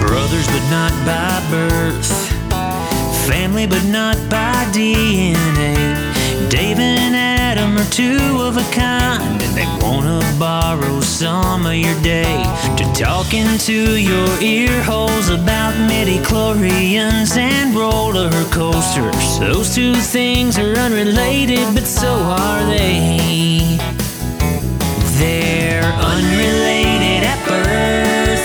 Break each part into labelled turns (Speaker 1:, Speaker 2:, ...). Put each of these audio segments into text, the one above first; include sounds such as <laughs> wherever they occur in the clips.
Speaker 1: Brothers, but not by birth. Family, but not by DNA. Dave and Adam are two of a kind, and they wanna borrow some of your day to talk into your ear holes about midi chlorians and roller coasters. Those two things are unrelated, but so are they. They're unrelated at birth,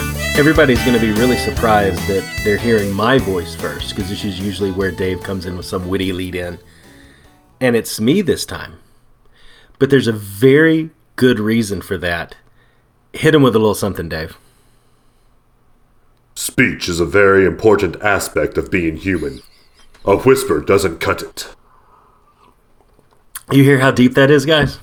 Speaker 2: everybody's going to be really surprised that they're hearing my voice first because this is usually where Dave comes in with some witty lead in. And it's me this time. But there's a very good reason for that. Hit him with a little something, Dave.
Speaker 3: Speech is a very important aspect of being human. A whisper doesn't cut it.
Speaker 2: You hear how deep that is, guys?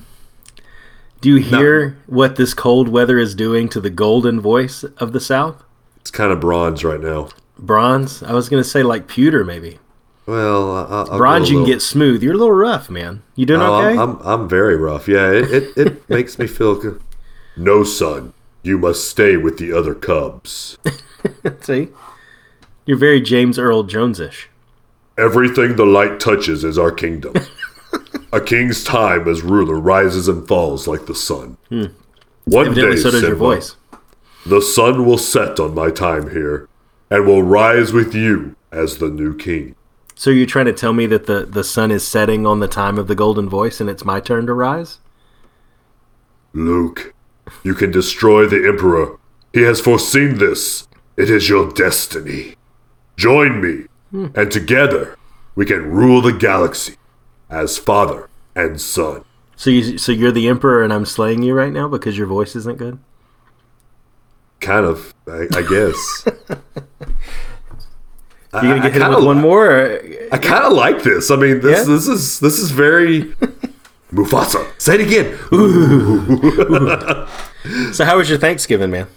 Speaker 2: Do you hear what this cold weather is doing to the golden voice of the South?
Speaker 3: It's kind of bronze right now.
Speaker 2: Bronze? I was going to say like pewter, maybe.
Speaker 3: Well, I- I, I'll
Speaker 2: Bronze,
Speaker 3: go
Speaker 2: you can
Speaker 3: a little-
Speaker 2: get smooth. You're a little rough, man. You doing
Speaker 3: Oh,
Speaker 2: okay?
Speaker 3: I'm, I'm I'm very rough. Yeah, it
Speaker 2: <laughs>
Speaker 3: it, it makes me feel good. No, son, you must stay with the other cubs.
Speaker 2: See? You're very James Earl Jones ish.
Speaker 3: Everything the light touches is
Speaker 2: <laughs>
Speaker 3: our kingdom. A king's time as ruler rises and falls like the sun. One day,
Speaker 2: Hmm. Evidently, so does your
Speaker 3: Simba,
Speaker 2: voice.
Speaker 3: the sun will set on my time here, and will rise with you as the new king.
Speaker 2: So you're trying to tell me that the, the sun is setting on the time of the golden voice and it's my turn to rise?
Speaker 3: Luke, you can destroy the Emperor. He has foreseen this. It is your destiny. Join me,
Speaker 2: Hmm.
Speaker 3: and together we can rule the galaxy as father and son.
Speaker 2: So you so you're the emperor and I'm slaying you right now because your voice isn't good?
Speaker 3: Kind of, I, I guess.
Speaker 2: <laughs>
Speaker 3: I-
Speaker 2: You're gonna
Speaker 3: I- I
Speaker 2: get hit
Speaker 3: kinda
Speaker 2: with one
Speaker 3: li-
Speaker 2: more or
Speaker 3: I kind of like this. I mean, this
Speaker 2: Yeah?
Speaker 3: this is this
Speaker 2: <laughs>
Speaker 3: is very Mufasa. Say it again.
Speaker 2: So how was your Thanksgiving, man?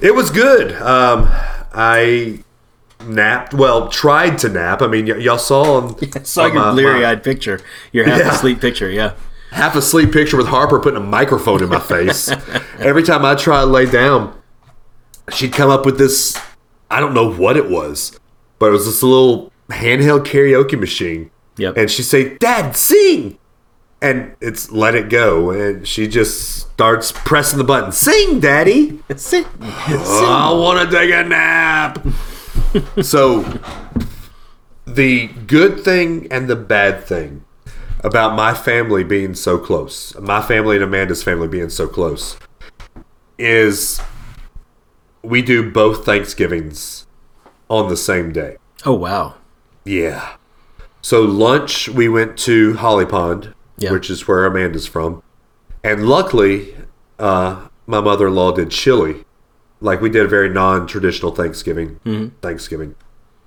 Speaker 3: It was good. Um, I napped. Well, tried to nap. I mean, y- y'all
Speaker 2: <laughs>
Speaker 3: saw
Speaker 2: <laughs>
Speaker 3: on
Speaker 2: Saw
Speaker 3: on
Speaker 2: your
Speaker 3: my- my
Speaker 2: bleary eyed picture. Your half
Speaker 3: Yeah.
Speaker 2: asleep picture, yeah.
Speaker 3: half asleep picture with Harper putting a microphone
Speaker 2: <laughs>
Speaker 3: in my face. Every time I try to lay down, she'd come up with this. I don't know what it was, but it was this little handheld karaoke machine.
Speaker 2: Yep.
Speaker 3: And she'd say, "Dad, sing." And it's let it go, and she just starts pressing the button. Sing, Daddy.
Speaker 2: See?
Speaker 3: I want to take a nap. <laughs> so, the good thing and the bad thing about my family being so close, my family and Amanda's family being so close, is we do both Thanksgivings on the same day.
Speaker 2: Oh wow.
Speaker 3: Yeah. So lunch, we went to Holly Pond,
Speaker 2: Yeah.
Speaker 3: which is where Amanda's from, and luckily, uh, my mother-in-law did chili. Like we did a very non-traditional Thanksgiving.
Speaker 2: Mm-hmm.
Speaker 3: Thanksgiving.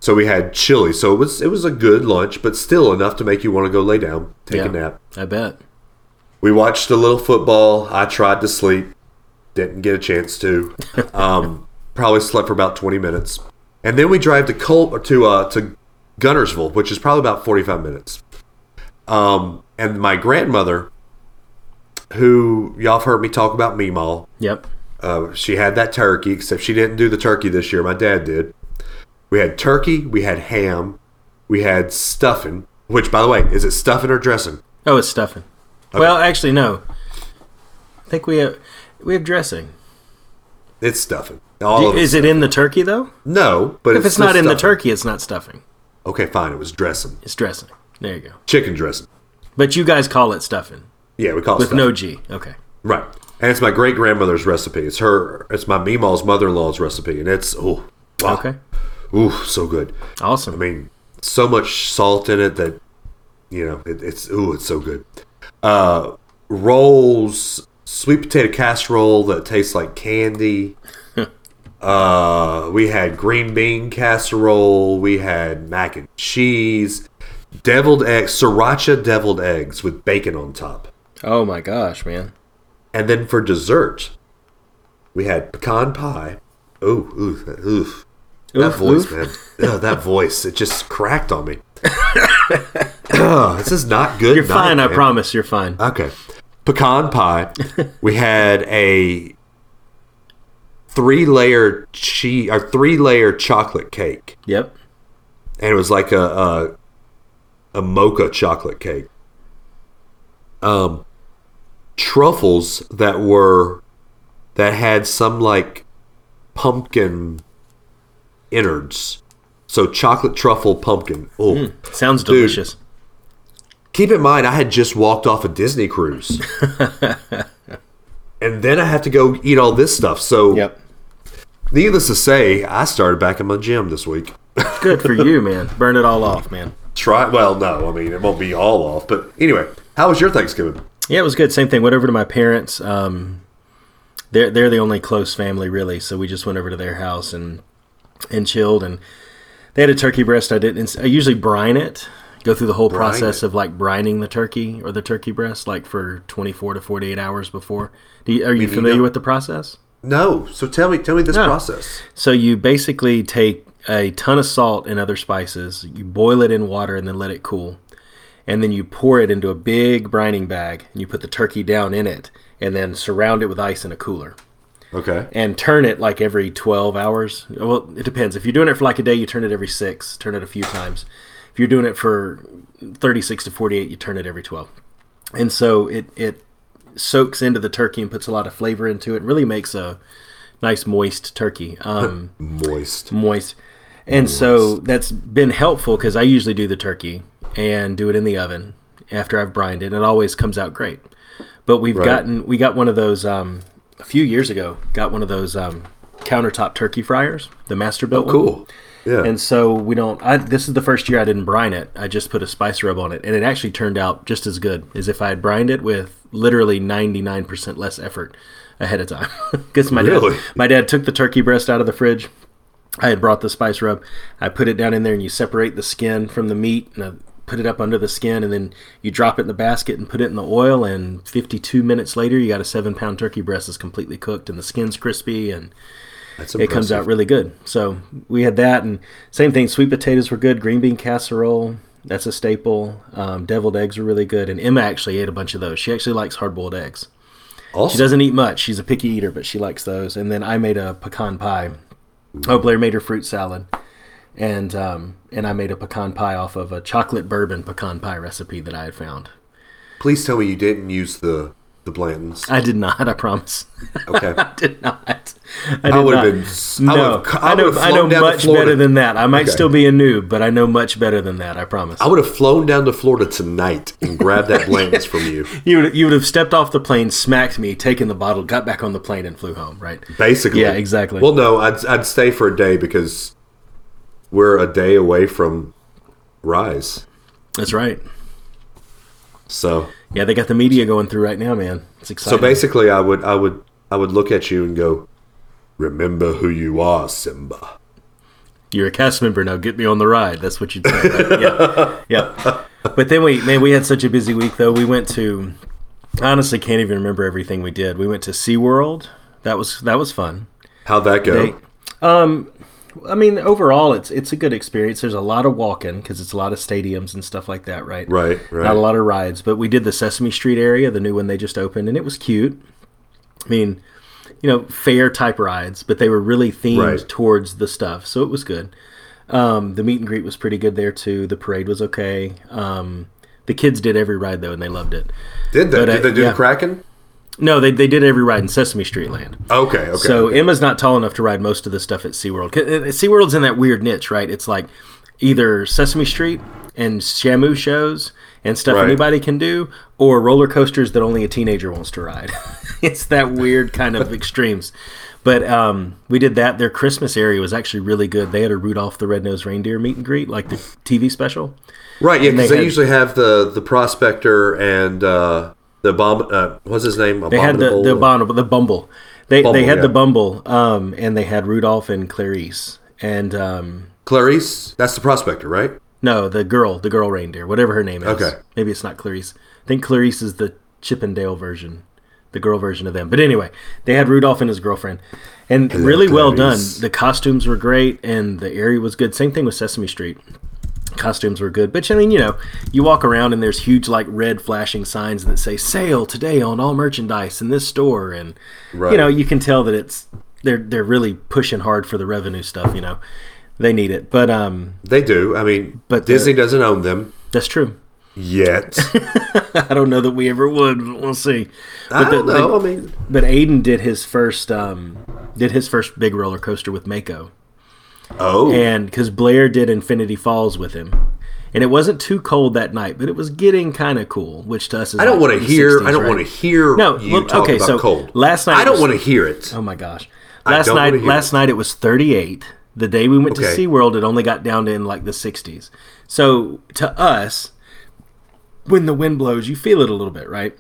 Speaker 3: So we had chili. So it was it was a good lunch, but still enough to make you want to go lay down, take
Speaker 2: Yeah.
Speaker 3: a nap.
Speaker 2: I bet.
Speaker 3: We watched a little football. I tried to sleep, didn't get a chance to. Um, <laughs> probably slept for about twenty minutes, and then we drive to Col- or to uh, to Gunnersville, which is probably about forty five minutes. Um, and my grandmother, who y'all have heard me talk about, Meemaw,
Speaker 2: Yep.
Speaker 3: uh, she had that turkey, except she didn't do the turkey this year. My dad did. We had turkey, we had ham, we had stuffing. Which, by the way, is it stuffing or dressing?
Speaker 2: Oh, it's stuffing. Well, actually no. I think we have we have dressing.
Speaker 3: It's stuffing. All of
Speaker 2: Is it in the turkey though?
Speaker 3: No, but
Speaker 2: If it's not
Speaker 3: still
Speaker 2: in the
Speaker 3: stuffing.
Speaker 2: turkey, it's not stuffing.
Speaker 3: Okay, fine. It was dressing,
Speaker 2: It's dressing. There you go.
Speaker 3: chicken dressing.
Speaker 2: But you guys call it stuffing
Speaker 3: Yeah, we call it
Speaker 2: with
Speaker 3: stuffing.
Speaker 2: no G. Okay.
Speaker 3: right. And it's my great grandmother's recipe. It's her. It's my Meemaw's mother-in-law's recipe, and it's oh, wow,
Speaker 2: Okay.
Speaker 3: ooh, so good.
Speaker 2: Awesome.
Speaker 3: I mean, so much salt in it that you know it, it's ooh, it's so good. Uh, rolls, sweet potato casserole that tastes like candy. Uh, we had green bean casserole. We had mac and cheese, deviled eggs, sriracha deviled eggs with bacon on top.
Speaker 2: Oh my gosh, man.
Speaker 3: And then for dessert, we had pecan pie. Ooh, ooh, ooh. That
Speaker 2: Oof,
Speaker 3: voice,
Speaker 2: oof.
Speaker 3: man. Ugh, that voice. It just cracked on
Speaker 2: <laughs>
Speaker 3: me. Ugh, this is not good.
Speaker 2: You're
Speaker 3: night,
Speaker 2: fine, I
Speaker 3: man.
Speaker 2: promise. You're fine.
Speaker 3: Okay.
Speaker 2: <laughs>
Speaker 3: Pecan pie. we had a three layer cheese or three layer chocolate cake.
Speaker 2: Yep.
Speaker 3: And it was like a a, a mocha chocolate cake. Um truffles that were that had some like pumpkin innards. So chocolate truffle pumpkin. Oh,
Speaker 2: Sounds
Speaker 3: Dude.
Speaker 2: delicious.
Speaker 3: keep in mind I had just walked off a Disney cruise. and then I had to go eat all this stuff. So
Speaker 2: Yep.
Speaker 3: needless to say, I started back in my gym this week.
Speaker 2: Good for you, man. Burn it all off, man.
Speaker 3: Try well, no, I mean it won't be all off, but anyway, how was your Thanksgiving?
Speaker 2: Yeah, it was good. Same thing. Went over to my parents. Um, they're they're the only close family really, so we just went over to their house and and chilled. And they had a turkey breast. I didn't. I usually brine it. Go through the whole process
Speaker 3: it.
Speaker 2: of like brining the turkey or the turkey breast, like for twenty four to forty eight hours before. Do you, are you familiar
Speaker 3: neither.
Speaker 2: with the process?
Speaker 3: No. So tell me tell me this process.
Speaker 2: So you basically take a ton of salt and other spices, you boil it in water and then let it cool. And then you pour it into a big brining bag and you put the turkey down in it and then surround it with ice in a cooler
Speaker 3: Okay.
Speaker 2: and turn it like every 12 hours. Well, it depends. If you're doing it for like a day, you turn it every 6, turn it a few times. If you're doing it for 36 to 48, you turn it every 12. And so it it soaks into the turkey and puts a lot of flavor into it. Really makes a nice moist turkey. Um
Speaker 3: Moist.
Speaker 2: moist. And so that's been helpful because I usually do the turkey and do it in the oven after I've brined it. and It always comes out great. But we've gotten we got one of those um, a few years ago. Got one of those um, countertop turkey fryers, the master built. one.
Speaker 3: Oh, Cool. Yeah.
Speaker 2: And so we don't. I, this is the first year I didn't brine it. I just put a spice rub on it, and it actually turned out just as good as if I had brined it with literally ninety nine percent less effort ahead of time. <laughs> Because my
Speaker 3: Really?
Speaker 2: dad, my dad took the turkey breast out of the fridge. I had brought the spice rub. I put it down in there, and you separate the skin from the meat, and I put it up under the skin, and then you drop it in the basket and put it in the oil. And fifty two minutes later, you got a seven pound turkey breast that's completely cooked, and the skin's crispy and
Speaker 3: That's
Speaker 2: it comes out
Speaker 3: impressive.
Speaker 2: really good. So we had that, and same thing. Sweet potatoes were good. Green bean casserole, that's a staple. Um, deviled eggs were really good, and Emma actually ate a bunch of those. She actually likes hard boiled eggs. She
Speaker 3: awesome.
Speaker 2: doesn't eat much. She's a picky eater, but she likes those. And then I made a pecan pie. Oh, Blair made her fruit salad, and um, and I made a pecan pie off of a chocolate bourbon pecan pie recipe that I had found.
Speaker 3: Please tell me you didn't use the the Blantons.
Speaker 2: I did not. I promise. <laughs>
Speaker 3: Okay.
Speaker 2: did not. I, did
Speaker 3: I would
Speaker 2: not.
Speaker 3: have been. s- I
Speaker 2: No,
Speaker 3: would've c-
Speaker 2: I, know.
Speaker 3: would've
Speaker 2: I
Speaker 3: flown
Speaker 2: know
Speaker 3: down to
Speaker 2: much
Speaker 3: Florida.
Speaker 2: better than that. I might
Speaker 3: Okay.
Speaker 2: still be a noob, but I know much better than that. I promise.
Speaker 3: I would have flown down to Florida tonight and grabbed that Blantons
Speaker 2: <laughs>
Speaker 3: from you.
Speaker 2: you would you would have stepped off the plane, smacked me, taken the bottle, got back on the plane, and flew home. Right?
Speaker 3: Basically.
Speaker 2: Yeah, exactly.
Speaker 3: Well, no, I'd, I'd stay for a day because we're a day away from Rise.
Speaker 2: That's right.
Speaker 3: So
Speaker 2: Yeah, they got the media going through right now, man. It's
Speaker 3: so
Speaker 2: exciting.
Speaker 3: basically, I would I would I would look at you and go, "Remember who you are, Simba."
Speaker 2: you're a cast member now. Get me on the ride. That's what you'd say. Right? yeah, yeah. But then we man, we had such a busy week though. We went to I honestly can't even remember everything we did. We went to SeaWorld. That was that was fun.
Speaker 3: How'd that go?
Speaker 2: They- I mean, overall, it's it's a good experience. There's a lot of walking because it's a lot of stadiums and stuff like that, right?
Speaker 3: Right, right.
Speaker 2: Not a lot of rides, but we did the Sesame Street area, the new one they just opened, and it was cute. I mean, you know, fair type rides, but they were really themed
Speaker 3: Right.
Speaker 2: towards the stuff, so it was good. Um, the meet and greet was pretty good there too. The parade was okay. Um, the kids did every ride though, and they loved it.
Speaker 3: Did they?
Speaker 2: but, uh,
Speaker 3: Did they do
Speaker 2: yeah.
Speaker 3: the Kraken?
Speaker 2: No, they they did every ride in Sesame Street Land.
Speaker 3: Okay, okay.
Speaker 2: So Emma's not tall enough to ride most of the stuff at SeaWorld. 'Cause, uh, SeaWorld's in that weird niche, right? It's like either Sesame Street and Shamu shows and stuff
Speaker 3: Right.
Speaker 2: anybody can do, or roller coasters that only a teenager wants to ride. <laughs> it's that weird kind
Speaker 3: <laughs>
Speaker 2: of extremes. But um, we did that. Their Christmas area was actually really good. They had a Rudolph the Red-Nosed Reindeer meet and greet, like the TV special.
Speaker 3: right, yeah, because
Speaker 2: they
Speaker 3: they,
Speaker 2: had-
Speaker 3: usually have the the prospector and uh, the bomb. Uh, what's his name?
Speaker 2: They had the, the abominable, the bumble. They they
Speaker 3: Bumble,
Speaker 2: had
Speaker 3: yeah.
Speaker 2: the Bumble, um, and they had Rudolph and Clarice, and um,
Speaker 3: Clarice, that's the prospector, right?
Speaker 2: no, the girl, the girl reindeer, whatever her name is.
Speaker 3: Okay.
Speaker 2: maybe it's not Clarice. I think Clarice is the Chippendale version, the girl version of them. But anyway, they had Rudolph and his girlfriend, and really well done.
Speaker 3: Clarice.
Speaker 2: The costumes were great, and the area was good. Same thing with Sesame Street. Costumes were good, but I mean, you know, you walk around and there's huge like red flashing signs that say "Sale today on all merchandise in this store," and you
Speaker 3: Right.
Speaker 2: know, you can tell that it's they're they're really pushing hard for the revenue stuff. You know, they need it, but um,
Speaker 3: They do. I mean,
Speaker 2: But
Speaker 3: but Disney doesn't own them
Speaker 2: that's true. <laughs>
Speaker 3: yet.
Speaker 2: I don't know that we ever would. But we'll see.
Speaker 3: I
Speaker 2: the-
Speaker 3: don't know. I mean,
Speaker 2: But Aiden did his first um, did his first big roller coaster with Mako,
Speaker 3: oh,
Speaker 2: and because Blair did Infinity Falls with him, and it wasn't too cold that night, but it was getting kind of cool, which to us is
Speaker 3: I don't
Speaker 2: like
Speaker 3: want to
Speaker 2: the
Speaker 3: hear.
Speaker 2: 60s,
Speaker 3: I don't
Speaker 2: right?
Speaker 3: want to hear
Speaker 2: No,
Speaker 3: you
Speaker 2: well,
Speaker 3: talk
Speaker 2: okay,
Speaker 3: about
Speaker 2: so
Speaker 3: cold.
Speaker 2: last night
Speaker 3: I don't
Speaker 2: was-
Speaker 3: want to hear it.
Speaker 2: Oh my gosh. Last
Speaker 3: don't
Speaker 2: night
Speaker 3: wanna hear
Speaker 2: last night it was 38. The day we went
Speaker 3: Okay.
Speaker 2: to SeaWorld it only got down to in like the 60s. So to us when the wind blows you feel it a little bit, right?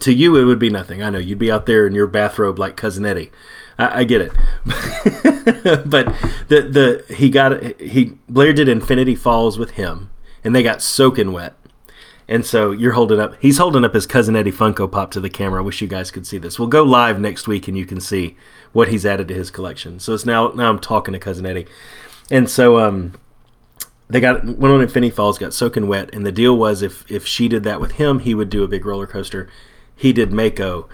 Speaker 2: To you it would be nothing. I know you'd be out there in your bathrobe like Cousin Eddie. I, I get it. <laughs> but the the he got he Blair did Infinity Falls with him and they got soaking wet. And so you're holding up. He's holding up his cousin Eddie Funko Pop to the camera. I wish you guys could see this. We'll go live next week, and you can see what he's added to his collection. So it's now now I'm talking to cousin Eddie, and so um, they got went on Infinity Falls, got soaking wet, and the deal was if if she did that with him, he would do a big roller coaster. He did Mako,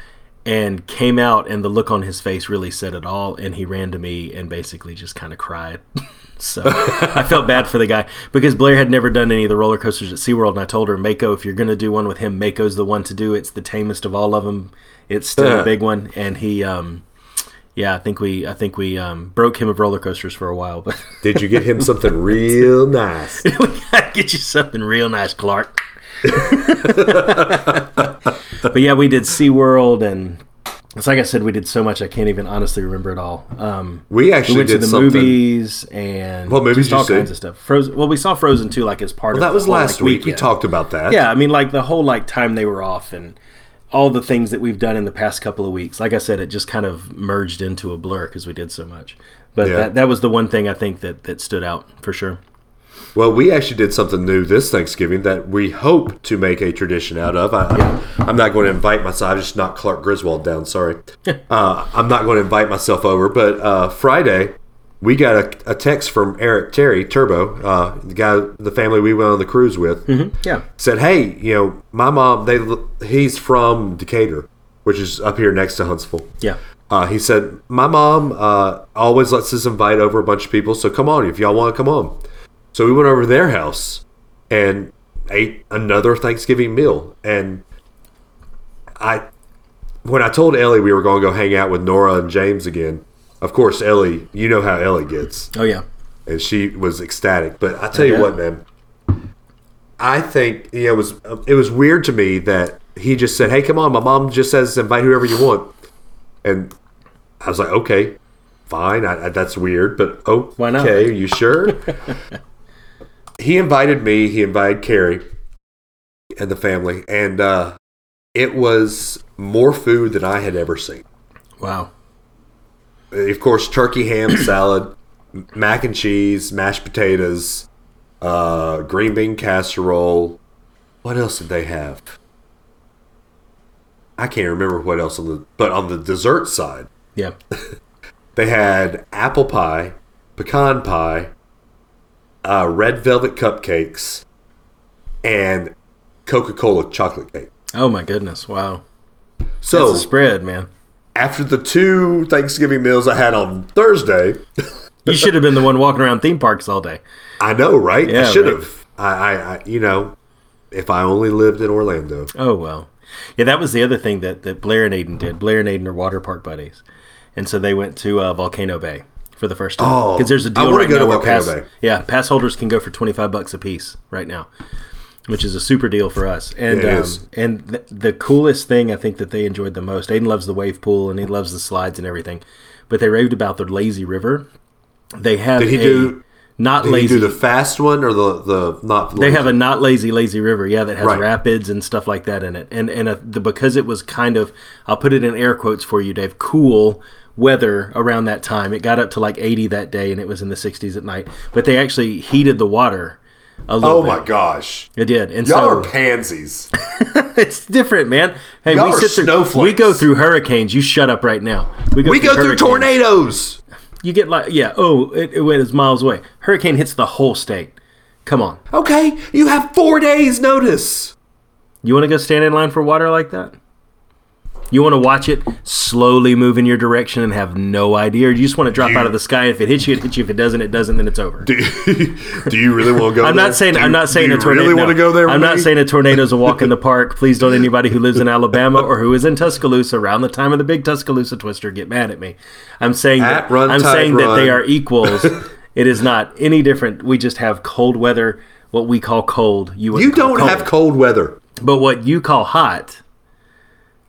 Speaker 2: and came out, and the look on his face really said it all. And he ran to me and basically just kind of cried. <laughs> So I felt bad for the guy because Blair had never done any of the roller coasters at SeaWorld. And I told her, Mako, if you're going to do one with him, Mako's the one to do. It's the tamest of all of them. It's still a big one. And he, um, yeah, I think we, I think we um, broke him of roller coasters for a while, but <laughs>
Speaker 3: Did you get him something real nice?
Speaker 2: we gotta <laughs> get you something real nice, Clark. <laughs> but yeah, we did SeaWorld and it's like I said, we did so much I can't even honestly remember it all. Um,
Speaker 3: We actually
Speaker 2: we went to
Speaker 3: did
Speaker 2: the
Speaker 3: something.
Speaker 2: movies and
Speaker 3: What movies
Speaker 2: just
Speaker 3: you
Speaker 2: all
Speaker 3: see?
Speaker 2: kinds of stuff. Frozen. Well, we saw Frozen too, like as part of
Speaker 3: That
Speaker 2: the
Speaker 3: was
Speaker 2: whole,
Speaker 3: last
Speaker 2: like,
Speaker 3: week. We
Speaker 2: weekend.
Speaker 3: talked about that.
Speaker 2: Yeah, I mean, like the whole like time they were off and all the things that we've done in the past couple of weeks. Like I said, it just kind of merged into a blur because we did so much. But
Speaker 3: Yeah.
Speaker 2: that, that was the one thing I think that that stood out for sure.
Speaker 3: Well, we actually did something new this Thanksgiving that we hope to make a tradition out of. I, I, I'm not going to invite myself. I just knocked Clark Griswold down. Sorry. uh, I'm not going to invite myself over. But uh, Friday, we got a, a text from Eric Terry Turbo, uh, the guy, the family we went on the cruise with.
Speaker 2: Yeah.
Speaker 3: said, "Hey, you know, my mom. They he's from Decatur, which is up here next to Huntsville.
Speaker 2: Yeah.
Speaker 3: Uh, he said, my mom uh, always lets us invite over a bunch of people, so come on if y'all want to come on. So we went over to their house and ate another Thanksgiving meal. And I, when I told Ellie we were going to go hang out with Nora and James again, of course Ellie, you know how Ellie gets
Speaker 2: Oh yeah.
Speaker 3: and she was ecstatic. But I tell you
Speaker 2: Yeah.
Speaker 3: what, man, I think you know, it was it was weird to me that he just said, "Hey, come on, my mom just says invite whoever you want," and I was like, "Okay, fine, I, I, that's weird, but okay,
Speaker 2: Why not?
Speaker 3: Are you
Speaker 2: <laughs>
Speaker 3: sure?" he invited me. He invited Carrie and the family, and uh, it was more food than I had ever seen
Speaker 2: Wow.
Speaker 3: of course, turkey ham <clears throat> salad, m- mac and cheese, mashed potatoes, uh, green bean casserole. What else did they have? I can't remember what else on the but on the dessert side,
Speaker 2: Yeah.
Speaker 3: they had apple pie, pecan pie, uh, red velvet cupcakes, and Coca Cola chocolate cake.
Speaker 2: Oh my goodness. Wow.
Speaker 3: So
Speaker 2: That's a spread, man.
Speaker 3: after the two Thanksgiving meals I had on Thursday,
Speaker 2: You should have been the one walking around theme parks all day.
Speaker 3: I know, right?
Speaker 2: Yeah,
Speaker 3: I should have. I, I, I, you know, if I only lived in Orlando,
Speaker 2: Oh well. Yeah, that was the other thing that, that Blair and Aiden did. Blair and Aiden are water park buddies. And so they went to uh, Volcano Bay for the first time.
Speaker 3: Oh,
Speaker 2: because there's a
Speaker 3: I
Speaker 2: deal
Speaker 3: wanna
Speaker 2: right
Speaker 3: go
Speaker 2: now
Speaker 3: to
Speaker 2: where
Speaker 3: Volcano
Speaker 2: pass,
Speaker 3: Bay.
Speaker 2: yeah, pass holders can go for 25 bucks a piece right now, which is a super deal for us. And
Speaker 3: It
Speaker 2: um,
Speaker 3: is.
Speaker 2: and th- the coolest thing I think that they enjoyed the most. Aiden loves the wave pool and he loves the slides and everything. But they raved about the lazy river. They have
Speaker 3: did he
Speaker 2: a-
Speaker 3: do?
Speaker 2: Not
Speaker 3: You
Speaker 2: lazy.
Speaker 3: do the fast one or the the not.
Speaker 2: they have a not lazy lazy river, yeah, that has
Speaker 3: Right.
Speaker 2: rapids and stuff like that in it. And and uh the, because it was kind of, I'll put it in air quotes for you, Dave. Cool weather around that time. It got up to like 80 that day, and it was in the 60s at night. But they actually heated the water a little.
Speaker 3: Oh
Speaker 2: bit.
Speaker 3: my gosh,
Speaker 2: It did, and
Speaker 3: y'all
Speaker 2: so
Speaker 3: are pansies.
Speaker 2: <laughs> it's different, man. Hey,
Speaker 3: Y'all
Speaker 2: we
Speaker 3: are
Speaker 2: sit through,
Speaker 3: snowflakes.
Speaker 2: we go through hurricanes. You shut up right now. go
Speaker 3: We go through
Speaker 2: hurricanes.
Speaker 3: tornadoes.
Speaker 2: You get like, yeah, oh, it, it was miles away. Hurricane hits the whole state. Come on,
Speaker 3: Okay, you have four
Speaker 2: <laughs>
Speaker 3: days notice.
Speaker 2: you want to go stand in line for water like that? You want to watch it slowly move in your direction and have no idea, or you just want to drop out of the sky? If it hits you, it hits you. If it doesn't, it doesn't. Then it's over.
Speaker 3: do you really want to go?
Speaker 2: I'm
Speaker 3: there?
Speaker 2: not saying
Speaker 3: Do you-
Speaker 2: I'm not saying
Speaker 3: do
Speaker 2: a tornado.
Speaker 3: You really want to
Speaker 2: no.
Speaker 3: go there?
Speaker 2: I'm
Speaker 3: with
Speaker 2: not
Speaker 3: me?
Speaker 2: saying a tornado's a walk in
Speaker 3: <laughs>
Speaker 2: the park. Please don't anybody who lives in Alabama or who is in Tuscaloosa around the time of the big Tuscaloosa twister get mad at me. I'm saying
Speaker 3: At
Speaker 2: that
Speaker 3: run,
Speaker 2: I'm
Speaker 3: tide,
Speaker 2: saying that they
Speaker 3: run.
Speaker 2: are
Speaker 3: <laughs>
Speaker 2: equals. it is not any different. We just have cold weather, what we call cold. You
Speaker 3: you
Speaker 2: wouldn't call
Speaker 3: don't
Speaker 2: cold.
Speaker 3: have cold weather.
Speaker 2: but what you call hot,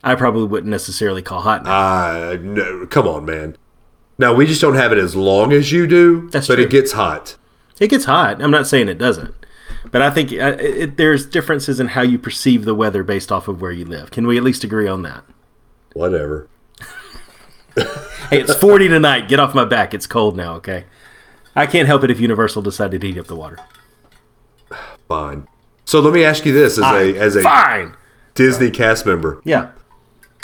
Speaker 2: I probably wouldn't necessarily call hot.
Speaker 3: Uh, no, come on, man. Now we just don't have it as long as you do,
Speaker 2: That's
Speaker 3: but
Speaker 2: true.
Speaker 3: it gets hot.
Speaker 2: It gets hot. I'm not saying it doesn't, but I think uh, it, it, there's differences in how you perceive the weather based off of where you live. Can we at least agree on that?
Speaker 3: Whatever.
Speaker 2: Hey, it's 40 tonight. Get off my back. It's cold now, okay? I can't help it if Universal decided to heat up the water.
Speaker 3: Fine. So let me ask you this: as a as a
Speaker 2: Fine.
Speaker 3: Disney cast member,
Speaker 2: Yeah.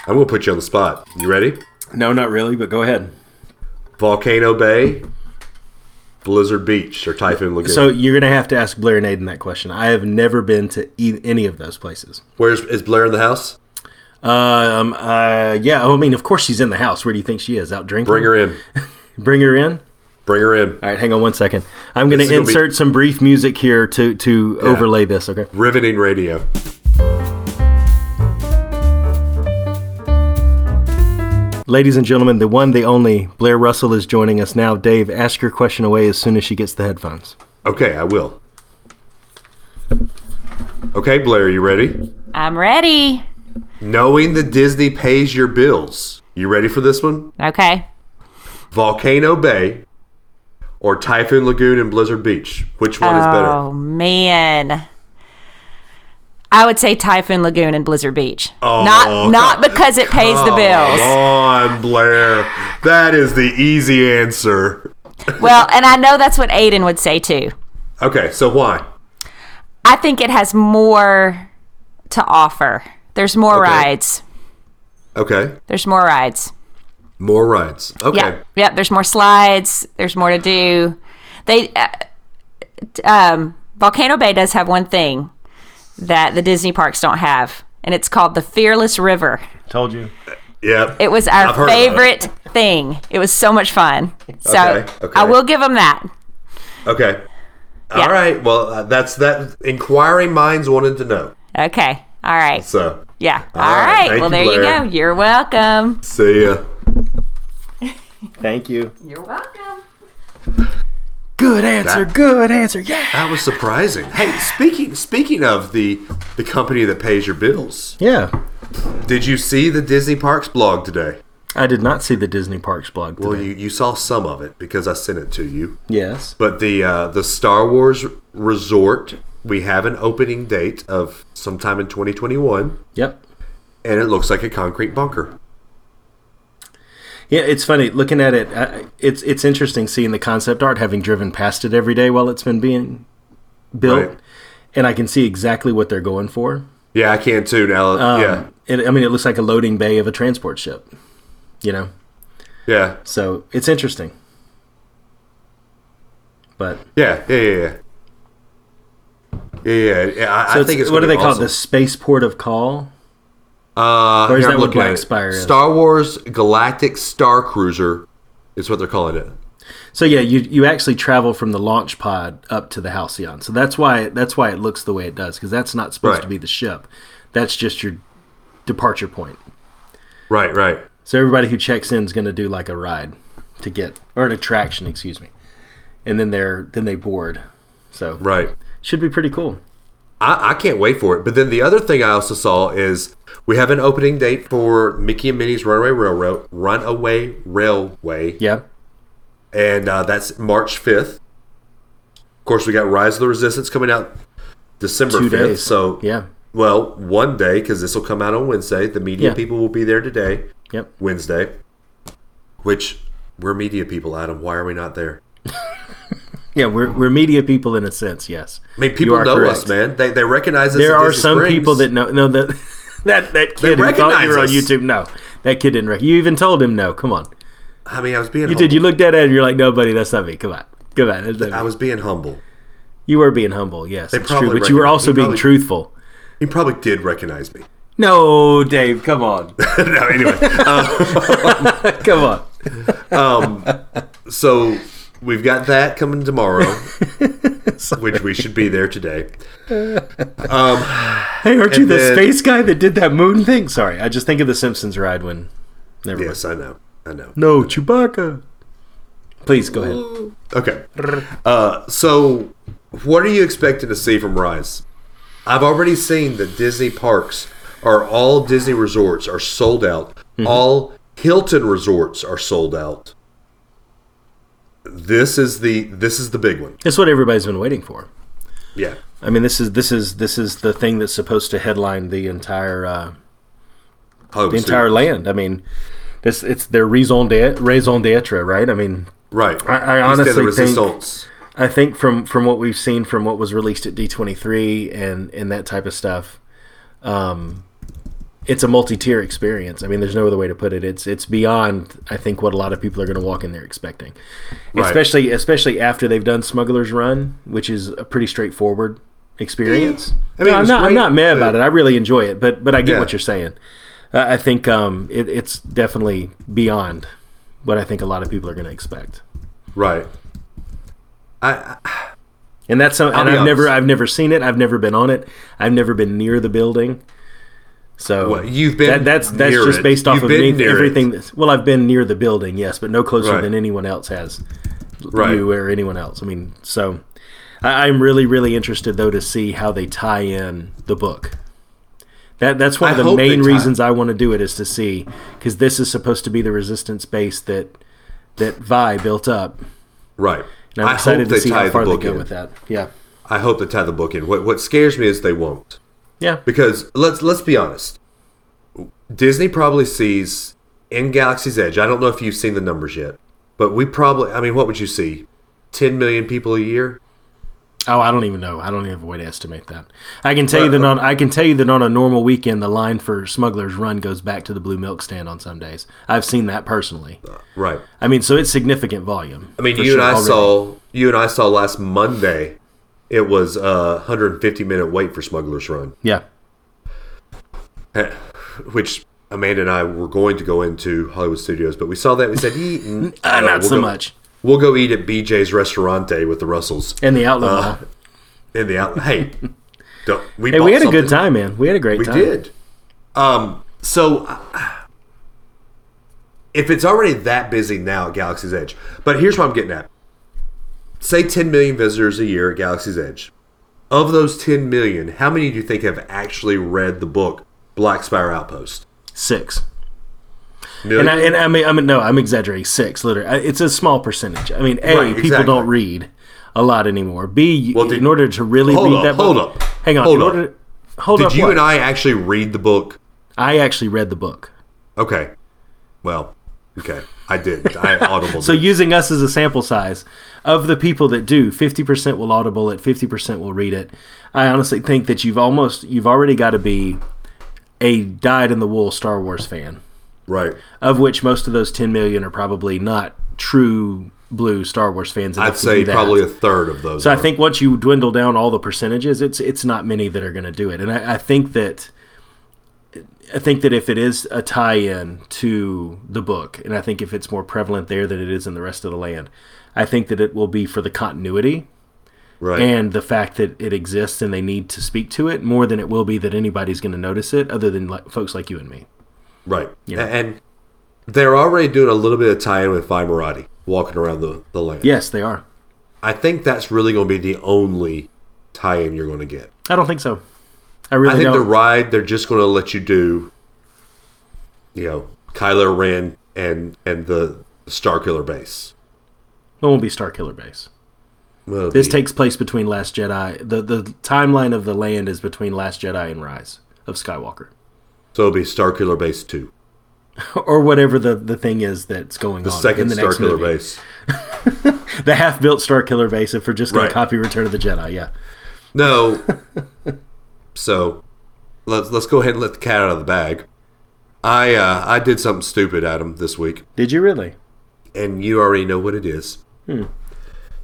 Speaker 3: I'm going to put you on the spot. You ready?
Speaker 2: No, not really, but go ahead.
Speaker 3: Volcano Bay, Blizzard Beach, or Typhoon Lagoon.
Speaker 2: So you're going to have to ask Blair and Aiden that question. I have never been to e- any of those places.
Speaker 3: Where's is Blair in the house?
Speaker 2: Um, uh, yeah, I mean, of course she's in the house. Where do you think she is? Out drinking?
Speaker 3: Bring her in.
Speaker 2: Bring her in?
Speaker 3: Bring her in.
Speaker 2: All right, hang on one second. I'm going
Speaker 3: This
Speaker 2: to
Speaker 3: is gonna be-
Speaker 2: insert some brief music here to, to overlay this, okay?
Speaker 3: Riveting radio.
Speaker 2: Ladies and gentlemen, the one, the only Blair Russell is joining us now. Dave, ask your question away as soon as she gets the headphones.
Speaker 3: Okay, I will. Okay, Blair, you ready?
Speaker 4: I'm ready.
Speaker 3: Knowing that Disney pays your bills, you ready for this one?
Speaker 4: Okay.
Speaker 3: Volcano Bay or Typhoon Lagoon and Blizzard Beach? Which one is better?
Speaker 4: Oh man. I would say Typhoon Lagoon and Blizzard Beach. not not because it pays the bills.
Speaker 3: Oh, Come on, Blair. That is the easy answer.
Speaker 4: Well, and I know that's what Aiden would say too.
Speaker 3: Okay, so why?
Speaker 4: I think it has more to offer. There's more
Speaker 3: Okay.
Speaker 4: rides.
Speaker 3: Okay,
Speaker 4: There's more rides.
Speaker 3: more rides. Okay.
Speaker 4: Yeah. Yep. There's more slides. There's more to do. They, uh, t- um, Volcano Bay does have one thing that the Disney parks don't have, and it's called the Fearless River.
Speaker 2: Told you.
Speaker 3: Yep.
Speaker 4: It was
Speaker 3: I've
Speaker 4: our
Speaker 3: heard about it.
Speaker 4: favorite thing. It was so much fun. So
Speaker 3: Okay, okay.
Speaker 4: I will give them that.
Speaker 3: Okay.
Speaker 4: Yeah.
Speaker 3: All right. Well, uh, that's that. Inquiring minds wanted to know.
Speaker 4: Okay. All right.
Speaker 3: So,
Speaker 4: Yeah. All
Speaker 3: right.
Speaker 4: right.
Speaker 3: Thank you,
Speaker 4: Well, there you
Speaker 3: Blair.
Speaker 4: go. You're welcome.
Speaker 3: see ya.
Speaker 2: Thank you.
Speaker 4: You're welcome.
Speaker 2: Good answer. Good answer. Yeah.
Speaker 3: That was surprising. Hey, speaking speaking of the the company that pays your bills,
Speaker 2: Yeah.
Speaker 3: did you see the Disney Parks blog today?
Speaker 2: I did not see the Disney Parks blog. Today.
Speaker 3: Well, you, you saw some of it because I sent it to you.
Speaker 2: yes.
Speaker 3: But the uh, the Star Wars Resort, we have an opening date of sometime in 2021,
Speaker 2: Yep.
Speaker 3: and it looks like a concrete bunker.
Speaker 2: Yeah, it's funny looking at it. I, it's it's interesting seeing the concept art, having driven past it every day while it's been being built,
Speaker 3: Right.
Speaker 2: and I can see exactly what they're going for.
Speaker 3: Yeah, I can too now.
Speaker 2: Um.
Speaker 3: yeah,
Speaker 2: It, I mean, it looks like a loading bay of a transport ship. You know,
Speaker 3: yeah,
Speaker 2: so it's interesting. But
Speaker 3: yeah, yeah, yeah, yeah. yeah, yeah. I,
Speaker 2: so
Speaker 3: I think it's
Speaker 2: what do
Speaker 3: gonna
Speaker 2: they
Speaker 3: be
Speaker 2: call it?
Speaker 3: awesome.
Speaker 2: The spaceport of call.
Speaker 3: Uh,
Speaker 2: Or is
Speaker 3: here
Speaker 2: that
Speaker 3: I'm
Speaker 2: what
Speaker 3: looking at
Speaker 2: Black
Speaker 3: it.
Speaker 2: Spire is?
Speaker 3: Star Wars Galactic Star Cruiser is what they're calling it.
Speaker 2: So yeah, you you actually travel from the launch pod up to the Halcyon. So that's why that's why it looks the way it does because that's not supposed
Speaker 3: Right.
Speaker 2: to be the ship. That's just your departure point.
Speaker 3: Right, right.
Speaker 2: So everybody who checks in is going to do like a ride to get or an attraction, excuse me, and then they're then they board. So
Speaker 3: Right.
Speaker 2: should be pretty cool.
Speaker 3: I, I can't wait for it. But then the other thing I also saw is we have an opening date for Mickey and Minnie's Runaway Railroad, Runaway Railway,
Speaker 2: Yeah,
Speaker 3: and uh, that's March fifth. Of course, we got Rise of the Resistance coming out December
Speaker 2: Two
Speaker 3: 5th.
Speaker 2: days.
Speaker 3: So,
Speaker 2: Yeah.
Speaker 3: well, one day, because this will come out on Wednesday. The media
Speaker 2: Yeah.
Speaker 3: people will be there today,
Speaker 2: Yep.
Speaker 3: Wednesday, which we're media people, Adam. Why are we not there?
Speaker 2: Yeah, we're, we're media people in a sense, yes.
Speaker 3: I mean, people
Speaker 2: are
Speaker 3: know us,
Speaker 2: correct.
Speaker 3: man. They, they recognize us.
Speaker 2: There
Speaker 3: at
Speaker 2: are
Speaker 3: Disney
Speaker 2: some
Speaker 3: Springs.
Speaker 2: people that know no that <laughs> that that kid who thought you
Speaker 3: recognize
Speaker 2: were on
Speaker 3: us.
Speaker 2: YouTube. No, that kid didn't recognize. You even told him no. Come on,
Speaker 3: I mean, I was being
Speaker 2: you
Speaker 3: humble.
Speaker 2: did. You looked at it and you're like, no, buddy, that's not me. Come on, come on. That's
Speaker 3: I
Speaker 2: not me.
Speaker 3: was being humble.
Speaker 2: You were being humble, yes, it's true,
Speaker 3: probably
Speaker 2: but you were
Speaker 3: recognize-
Speaker 2: also
Speaker 3: he
Speaker 2: being
Speaker 3: probably-
Speaker 2: truthful.
Speaker 3: He probably did recognize me. <laughs>
Speaker 2: No, Dave, come on, <laughs>
Speaker 3: no, anyway.
Speaker 2: come on.
Speaker 3: So we've got that coming tomorrow,
Speaker 2: <laughs>
Speaker 3: which we should be there today.
Speaker 2: Hey, aren't you
Speaker 3: And
Speaker 2: the
Speaker 3: then-
Speaker 2: space guy that did that moon thing? Sorry, I just think of the Simpsons ride when. Never mind.
Speaker 3: Yes, I know. I know.
Speaker 2: No, Chewbacca. Please go ahead.
Speaker 3: Okay. Uh, so, what are you expecting to see from Rise? I've already seen that Disney parks are all Disney resorts are sold out.
Speaker 2: Mm-hmm.
Speaker 3: All Hilton resorts are sold out. This is the this is the big one.
Speaker 2: That's what everybody's been waiting for.
Speaker 3: Yeah.
Speaker 2: I mean, this is this is this is the thing that's supposed to headline the entire uh,
Speaker 3: Hollywood
Speaker 2: the entire
Speaker 3: Studios.
Speaker 2: land. I mean, this it's their raison d'être, raison d'être, right? I mean,
Speaker 3: right.
Speaker 2: I- I
Speaker 3: Instead of
Speaker 2: honestly think-
Speaker 3: Resistance.
Speaker 2: I think from from what we've seen from what was released at D twenty three and and that type of stuff, um, it's a multi tier experience. I mean, there's no other way to put it. It's it's beyond I think what a lot of people are going to walk in there expecting,
Speaker 3: Right.
Speaker 2: especially especially after they've done Smuggler's Run, which is a pretty straightforward experience.
Speaker 3: I mean, it
Speaker 2: No, I'm
Speaker 3: was
Speaker 2: not I'm
Speaker 3: great,
Speaker 2: not mad
Speaker 3: but-
Speaker 2: about it. I really enjoy it, but but I get
Speaker 3: Yeah.
Speaker 2: what you're saying. I I think um, it, it's definitely beyond what I think a lot of people are going to expect.
Speaker 3: Right. I,
Speaker 2: And that's some, and
Speaker 3: be
Speaker 2: I've never
Speaker 3: honest.
Speaker 2: I've never seen it. I've never been on it. I've never been near the building. So
Speaker 3: Well, you've been
Speaker 2: that, that's that's
Speaker 3: near
Speaker 2: just
Speaker 3: it.
Speaker 2: based off
Speaker 3: You've
Speaker 2: of
Speaker 3: been
Speaker 2: any-
Speaker 3: near it.
Speaker 2: everything. That's, well, I've been near the building, yes, but no closer
Speaker 3: Right.
Speaker 2: than anyone else has
Speaker 3: Right.
Speaker 2: you or anyone else. I mean, so I, I'm really really interested though to see how they tie in the book. That that's one
Speaker 3: I
Speaker 2: of the
Speaker 3: hope they
Speaker 2: main
Speaker 3: tie-
Speaker 2: reasons I want to do it is to see because this is supposed to be the resistance base that that Vi built up.
Speaker 3: Right.
Speaker 2: And I'm
Speaker 3: I
Speaker 2: excited
Speaker 3: hope
Speaker 2: to
Speaker 3: they
Speaker 2: see
Speaker 3: tie
Speaker 2: how
Speaker 3: the
Speaker 2: far they
Speaker 3: book
Speaker 2: go
Speaker 3: in.
Speaker 2: with that. Yeah.
Speaker 3: I hope they tie the book in. What what scares me is they won't.
Speaker 2: Yeah.
Speaker 3: Because let's let's be honest. Disney probably sees in Galaxy's Edge. I don't know if you've seen the numbers yet, but we probably I mean, what would you see? 10 million people a year?
Speaker 2: Oh, I don't even know. I don't even have a way to estimate that. I can tell you that on I can tell you that on a normal weekend, the line for Smuggler's Run goes back to the Blue Milk Stand on some days. I've seen that personally.
Speaker 3: Right.
Speaker 2: I mean, so it's significant volume.
Speaker 3: I mean,
Speaker 2: for
Speaker 3: you and
Speaker 2: sure
Speaker 3: I
Speaker 2: already.
Speaker 3: saw you and I saw last Monday. It was a 150 minute wait for Smuggler's Run, eh,
Speaker 2: Yeah,
Speaker 3: which Amanda and I were going to go into Hollywood Studios, but we saw that we said, "Eat, <laughs> mm,
Speaker 2: Uh,
Speaker 3: no,
Speaker 2: not
Speaker 3: we'll
Speaker 2: so
Speaker 3: go-
Speaker 2: much.
Speaker 3: We'll go eat at BJ's Restaurante with the Russells."
Speaker 2: And the Outlaw.
Speaker 3: Uh,
Speaker 2: Mall.
Speaker 3: in the outlet. Hey, don't, we,
Speaker 2: hey,
Speaker 3: bought
Speaker 2: we had a good
Speaker 3: something.
Speaker 2: time, man. We had a great
Speaker 3: We
Speaker 2: time.
Speaker 3: did. Um, so uh, if it's already that busy now at Galaxy's Edge, but here's what I'm getting at: say 10 million visitors a year at Galaxy's Edge. Of those 10 million, how many do you think have actually read the book Black Spire Outpost?
Speaker 2: Six.
Speaker 3: Million?
Speaker 2: And I, and I mean, I mean, no, I'm exaggerating. Six, literally, I- it's a small percentage. I mean, a
Speaker 3: Right,
Speaker 2: people
Speaker 3: exactly.
Speaker 2: don't read a lot anymore. B, you-
Speaker 3: Well, did-
Speaker 2: in order to really
Speaker 3: hold
Speaker 2: read
Speaker 3: up,
Speaker 2: that,
Speaker 3: hold
Speaker 2: book-
Speaker 3: up,
Speaker 2: hang on,
Speaker 3: hold
Speaker 2: in
Speaker 3: up.
Speaker 2: order, to- hold up.
Speaker 3: Did you
Speaker 2: what?
Speaker 3: and I actually read the book?
Speaker 2: I actually read the book.
Speaker 3: Okay. Well, okay. I
Speaker 2: <laughs>
Speaker 3: did. I audible.
Speaker 2: So using us as a sample size of the people that do, 50% will audible it, 50% will read it. I honestly think that you've almost you've already got to be a dyed in the wool Star Wars fan,
Speaker 3: right.
Speaker 2: of which most of those 10 million are probably not true blue Star Wars fans. enough
Speaker 3: I'd
Speaker 2: to do
Speaker 3: say
Speaker 2: that.
Speaker 3: probably a third of those.
Speaker 2: So I
Speaker 3: are.
Speaker 2: think once you dwindle down all the percentages, it's it's not many that are going to do it. And I, I think that I think that if it is a tie-in to the book, and I think if it's more prevalent there than it is in the rest of the land, I think that it will be for the continuity
Speaker 3: right.
Speaker 2: and the fact that it exists and they need to speak to it more than it will be that anybody's going to notice it, other than like, folks like you and me.
Speaker 3: Right. A- And they're already doing a little bit of tie in with Vimerati walking around the, the land.
Speaker 2: Yes, they are.
Speaker 3: I think that's really going to be the only tie in you're going to get.
Speaker 2: I don't think so. I
Speaker 3: I
Speaker 2: really
Speaker 3: think the
Speaker 2: don't.
Speaker 3: ride, they're just going to let you do, you know, Kylo Ren and, and the Starkiller base.
Speaker 2: It won't be Star Killer Base.
Speaker 3: Well,
Speaker 2: This
Speaker 3: the-
Speaker 2: takes place between Last Jedi. The the timeline of the land is between Last Jedi and Rise of Skywalker,
Speaker 3: so it'll be Starkiller Base 2.
Speaker 2: or whatever the, the thing is that's going
Speaker 3: The
Speaker 2: on. in
Speaker 3: second
Speaker 2: the next
Speaker 3: Starkiller
Speaker 2: movie.
Speaker 3: Base.
Speaker 2: the half built Star Killer base. If we're just going
Speaker 3: Right.
Speaker 2: to copy Return of the Jedi, yeah.
Speaker 3: No. so let's let's go ahead and let the cat out of the bag. I uh, I did something stupid, Adam, this week,
Speaker 2: Did you really?
Speaker 3: and you already know what it is.
Speaker 2: Hmm.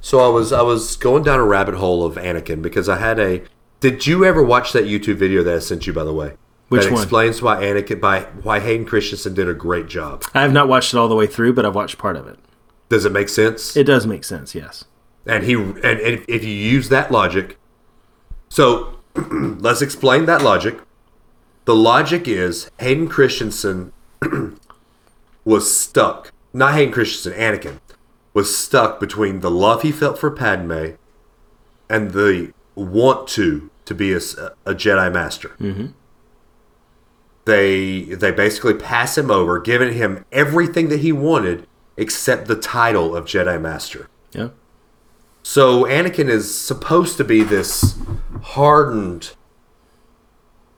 Speaker 3: So I was I was going down a rabbit hole of Anakin because I had a. Did you ever watch that YouTube video that I sent you? By the way,
Speaker 2: Which
Speaker 3: that
Speaker 2: one?
Speaker 3: explains why Anakin by why Hayden Christensen did a great job.
Speaker 2: I have not watched it all the way through, but I've watched part of it.
Speaker 3: Does it make sense?
Speaker 2: It does make sense, yes.
Speaker 3: and he and, and if- if you use that logic so <clears throat> let's explain that logic the logic is hayden christensen <clears throat> was stuck not hayden christensen anakin was stuck between the love he felt for padme and the want to to be a, s- a jedi master they they basically pass him over giving him everything that he wanted except the title of jedi master
Speaker 2: Yeah.
Speaker 3: so Anakin is supposed to be this hardened,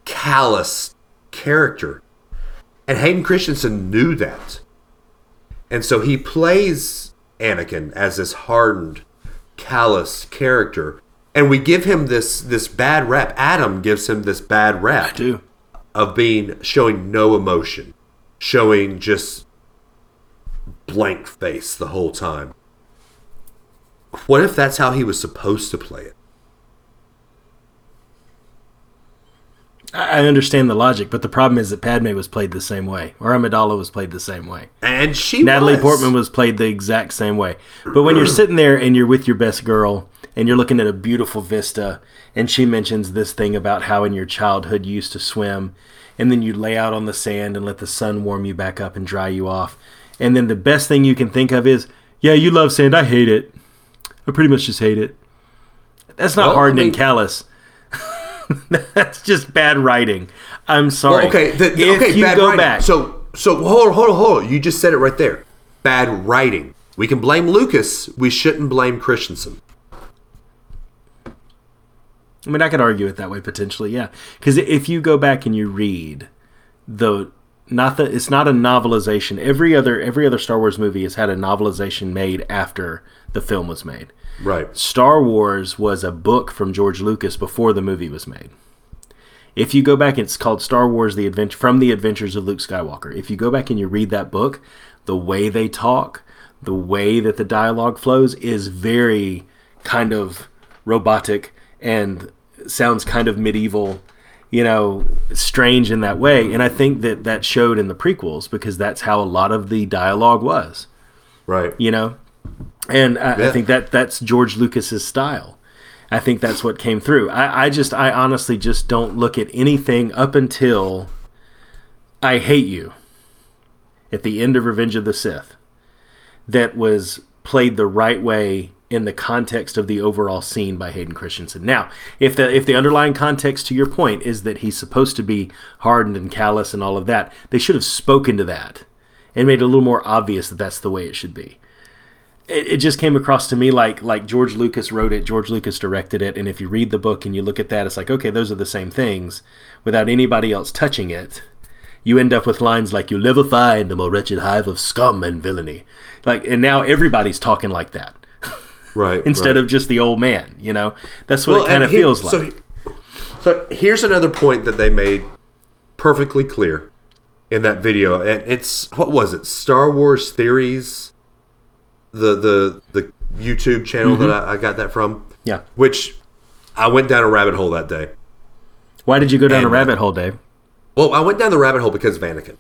Speaker 3: callous character. And Hayden Christensen knew that. And so he plays Anakin as this hardened, callous character. And we give him this this bad rap. Adam gives him this bad rap
Speaker 2: Do.
Speaker 3: of being showing no emotion, showing just blank face the whole time. What if that's how he was supposed to play it?
Speaker 2: I I understand the logic, but the problem is that Padme was played the same way, or Amidala was played the same way.
Speaker 3: And she
Speaker 2: Natalie
Speaker 3: was.
Speaker 2: Portman was played the exact same way. But when you're sitting there and you're with your best girl and you're looking at a beautiful vista, and she mentions this thing about how in your childhood you used to swim, and then you lay out on the sand and let the sun warm you back up and dry you off. And then the best thing you can think of is, yeah, you love sand. I hate it. I pretty much just hate it. That's not
Speaker 3: Well, I
Speaker 2: hardened
Speaker 3: mean-
Speaker 2: and callous. <laughs> That's just bad writing. I'm sorry.
Speaker 3: Well, okay, the, the-
Speaker 2: If
Speaker 3: okay,
Speaker 2: you
Speaker 3: bad
Speaker 2: go
Speaker 3: writing.
Speaker 2: back,
Speaker 3: So so hold hold hold. You just said it right there. Bad writing. We can blame Lucas. We shouldn't blame Christensen.
Speaker 2: I mean, I could argue it that way potentially, yeah. Because if you go back and you read the not the it's not a novelization. Every other every other Star Wars movie has had a novelization made after the film was made.
Speaker 3: Right.
Speaker 2: Star Wars was a book from George Lucas before the movie was made. If you go back, it's called Star Wars: The Adventure from the Adventures of Luke Skywalker. If you go back and you read that book, the way they talk, the way that the dialogue flows is very kind of robotic and sounds kind of medieval, you know, strange in that way. And I think that that showed in the prequels because that's how a lot of the dialogue was
Speaker 3: Right.
Speaker 2: you know and I, I
Speaker 3: Yeah.
Speaker 2: think that that's george lucas's style i think that's what came through I, I just i honestly just don't look at anything up until i hate you at the end of revenge of the sith that was played the right way in the context of the overall scene by Hayden Christensen. Now, if the if the underlying context to your point is that he's supposed to be hardened and callous and all of that, they should have spoken to that and made it a little more obvious that that's the way it should be. It, it just came across to me like like George Lucas wrote it, George Lucas directed it, and if you read the book and you look at that, it's like okay, those are the same things without anybody else touching it you end up with lines like you never find a more wretched hive of scum and villainy like and now everybody's talking like that
Speaker 3: Right.
Speaker 2: instead
Speaker 3: right.
Speaker 2: of just the old man you know that's what it
Speaker 3: and
Speaker 2: kind of
Speaker 3: he-
Speaker 2: feels like
Speaker 3: so he- So, here's another point that they made perfectly clear in that video, and it's what was it? Star Wars theories, the the the YouTube channel
Speaker 2: Mm-hmm.
Speaker 3: that I, I got that from.
Speaker 2: yeah
Speaker 3: Which I went down a rabbit hole that day.
Speaker 2: why did you go down a
Speaker 3: And- uh,
Speaker 2: rabbit hole dave
Speaker 3: Well, I went down the rabbit hole because of Anakin.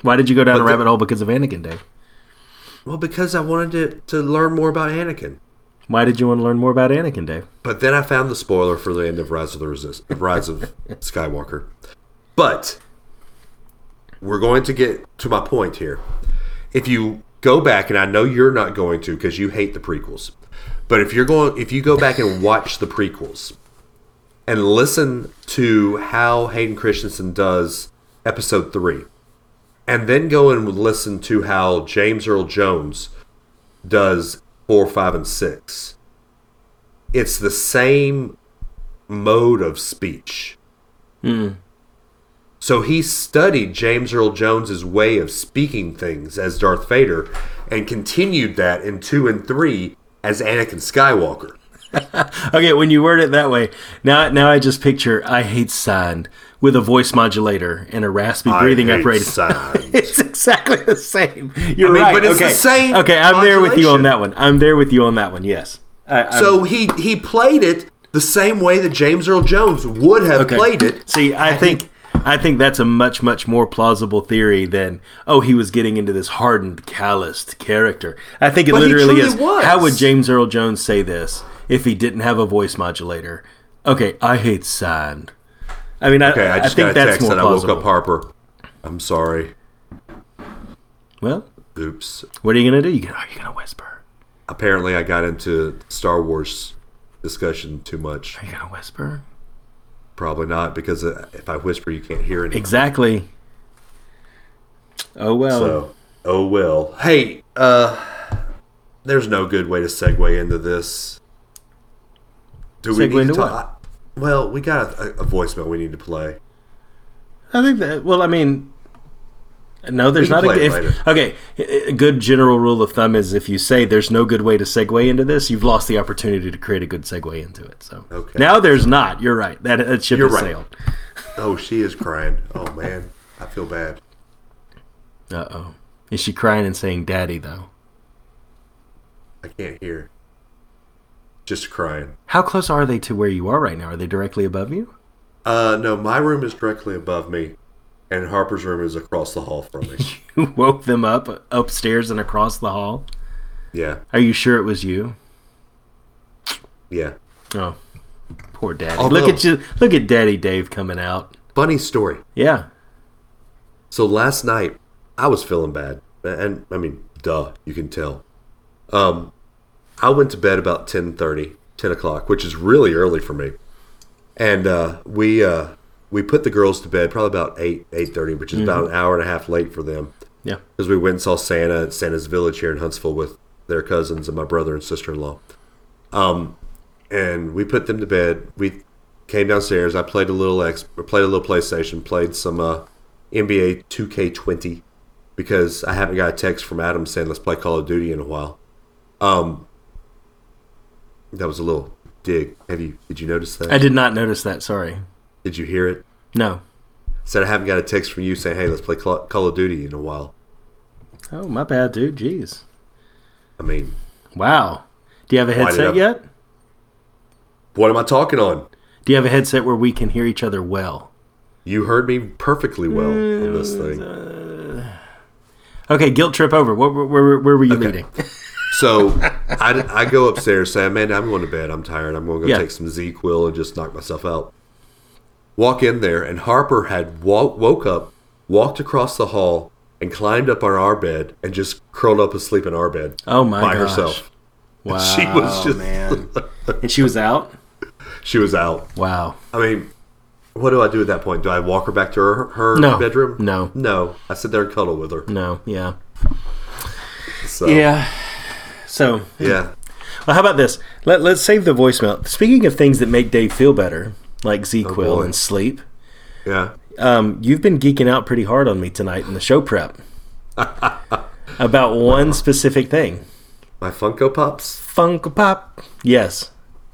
Speaker 2: why did you go down a
Speaker 3: the-
Speaker 2: rabbit hole because of anakin dave
Speaker 3: Well, because I wanted to to learn more about Anakin.
Speaker 2: why did you want to learn more about anakin dave
Speaker 3: But then I found the spoiler for the end of Rise of the Resist, of Rise of Skywalker. But we're going to get to my point here. If you go back, and I know you're not going to because you hate the prequels, but if you're going, if you go back and watch the prequels and listen to how Hayden Christensen does Episode Three, and then go and listen to how James Earl Jones does Four, Five, and Six it's the same mode of speech.
Speaker 2: Hmm.
Speaker 3: So he studied James Earl Jones's way of speaking things as Darth Vader and continued that in 2 and 3 as Anakin Skywalker.
Speaker 2: Okay, when you word it that way, now now I just picture I hate signed with a voice modulator and a raspy breathing
Speaker 3: I hate
Speaker 2: apparatus.
Speaker 3: sound.
Speaker 2: <laughs> It's exactly the same. You're
Speaker 3: mean,
Speaker 2: right.
Speaker 3: but it's the
Speaker 2: okay.
Speaker 3: same
Speaker 2: Okay, I'm there with you on
Speaker 3: modulation.
Speaker 2: that one. I'm there with you on that one. Yes. I, I'm-
Speaker 3: so he he played it the same way that James Earl Jones would have
Speaker 2: okay.
Speaker 3: played it.
Speaker 2: See, I think I think that's a much much more plausible theory than oh he was getting into this hardened, calloused character. I think it
Speaker 3: he
Speaker 2: literally
Speaker 3: truly
Speaker 2: is.
Speaker 3: was.
Speaker 2: How would James Earl Jones say this if he didn't have a voice modulator? Okay, I hate sound. I mean, I,
Speaker 3: Okay, I
Speaker 2: I,
Speaker 3: just
Speaker 2: think
Speaker 3: got a
Speaker 2: that's
Speaker 3: text
Speaker 2: more
Speaker 3: and I woke
Speaker 2: plausible.
Speaker 3: up Harper. I'm sorry.
Speaker 2: well,
Speaker 3: Oops.
Speaker 2: what are you gonna do? You gonna, are you gonna whisper?
Speaker 3: Apparently, I got into Star Wars discussion too much.
Speaker 2: Are you gonna whisper?
Speaker 3: Probably not because uh, if I whisper, you can't hear anything.
Speaker 2: Exactly. Oh well.
Speaker 3: So, oh well. Hey, uh, there's no good way to segue into this. Do we
Speaker 2: Segue
Speaker 3: need to
Speaker 2: into
Speaker 3: talk? Well, we got a, a voicemail we need to play.
Speaker 2: I think that. Well, I mean, no, there's not
Speaker 3: can
Speaker 2: a
Speaker 3: play
Speaker 2: good.
Speaker 3: it
Speaker 2: If, okay, a a good general rule of thumb is if you say there's no good way to segue into this, you've lost the opportunity to create a good segue into it. So
Speaker 3: Okay.
Speaker 2: now there's not. You're right. That, that ship
Speaker 3: You're
Speaker 2: has
Speaker 3: right.
Speaker 2: sailed.
Speaker 3: Oh, she is crying. Oh man, I feel bad.
Speaker 2: Uh oh. Is she crying and saying "daddy" though?
Speaker 3: I can't hear. Just crying.
Speaker 2: How close are they to where you are right now? Are they directly above you? <laughs>
Speaker 3: Uh, no, my room is directly above me, and Harper's room is across the hall from
Speaker 2: <laughs>
Speaker 3: me.
Speaker 2: You woke them up upstairs and across the hall.
Speaker 3: yeah,
Speaker 2: Are you sure it was you?
Speaker 3: yeah.
Speaker 2: Oh, poor daddy.
Speaker 3: Although-
Speaker 2: look at you. Look at daddy Dave coming out.
Speaker 3: Funny story.
Speaker 2: Yeah.
Speaker 3: So last night, I was feeling bad, and I mean, duh, you can tell. Um, I went to bed about 10.30, 10 o'clock, which is really early for me. And uh, we uh, we put the girls to bed probably about eight eight thirty, which is about an hour and a half late for them
Speaker 2: Yeah.
Speaker 3: because we went and saw Santa at Santa's Village here in Huntsville with their cousins and my brother and sister in law. Um, and we put them to bed. We came downstairs. I played a little X, or played a little PlayStation, played some uh, NBA 2K20 because I haven't got a text from Adam saying let's play Call of Duty in a while. Um, that was a little dig. Have you? Did you notice that?
Speaker 2: I did not notice that. Sorry.
Speaker 3: did you hear it?
Speaker 2: No.
Speaker 3: Said I haven't got a text from you saying hey let's play Cla- Call of Duty in a while.
Speaker 2: Oh, my bad, dude. Jeez.
Speaker 3: I mean,
Speaker 2: Wow. Do you have a
Speaker 3: Light it
Speaker 2: headset
Speaker 3: up.
Speaker 2: yet?
Speaker 3: what am I talking on?
Speaker 2: Do you have a headset where we can hear each other well?
Speaker 3: You heard me perfectly well on this
Speaker 2: Mm.
Speaker 3: thing.
Speaker 2: Okay, guilt trip over. Where, where, where, where were you leading?
Speaker 3: So I, I go upstairs, say, Amanda, I'm going to bed. I'm tired. I'm going to go
Speaker 2: Yeah.
Speaker 3: take some Z Quill and just knock myself out. Walk in there, and Harper had walk, woke up, walked across the hall, and climbed up on our bed and just curled up asleep in our bed
Speaker 2: Oh my
Speaker 3: by
Speaker 2: gosh.
Speaker 3: herself. <laughs>
Speaker 2: Wow.
Speaker 3: She was just,
Speaker 2: man. <laughs> and she was out.
Speaker 3: <laughs> she was out.
Speaker 2: Wow.
Speaker 3: I mean, what do I do at that point? Do I walk her back to her, her
Speaker 2: No.
Speaker 3: bedroom?
Speaker 2: No.
Speaker 3: No. I sit there and cuddle with her.
Speaker 2: No. Yeah.
Speaker 3: So,
Speaker 2: Yeah. So,
Speaker 3: Yeah.
Speaker 2: well, how about this? Let, let's save the voicemail. Speaking of things that make Dave feel better, like ZQL
Speaker 3: boy.
Speaker 2: and sleep,
Speaker 3: Yeah.
Speaker 2: um, you've been geeking out pretty hard on me tonight in the show <laughs> prep about one specific thing.
Speaker 3: My Funko Pops.
Speaker 2: Funko Pop. Yes.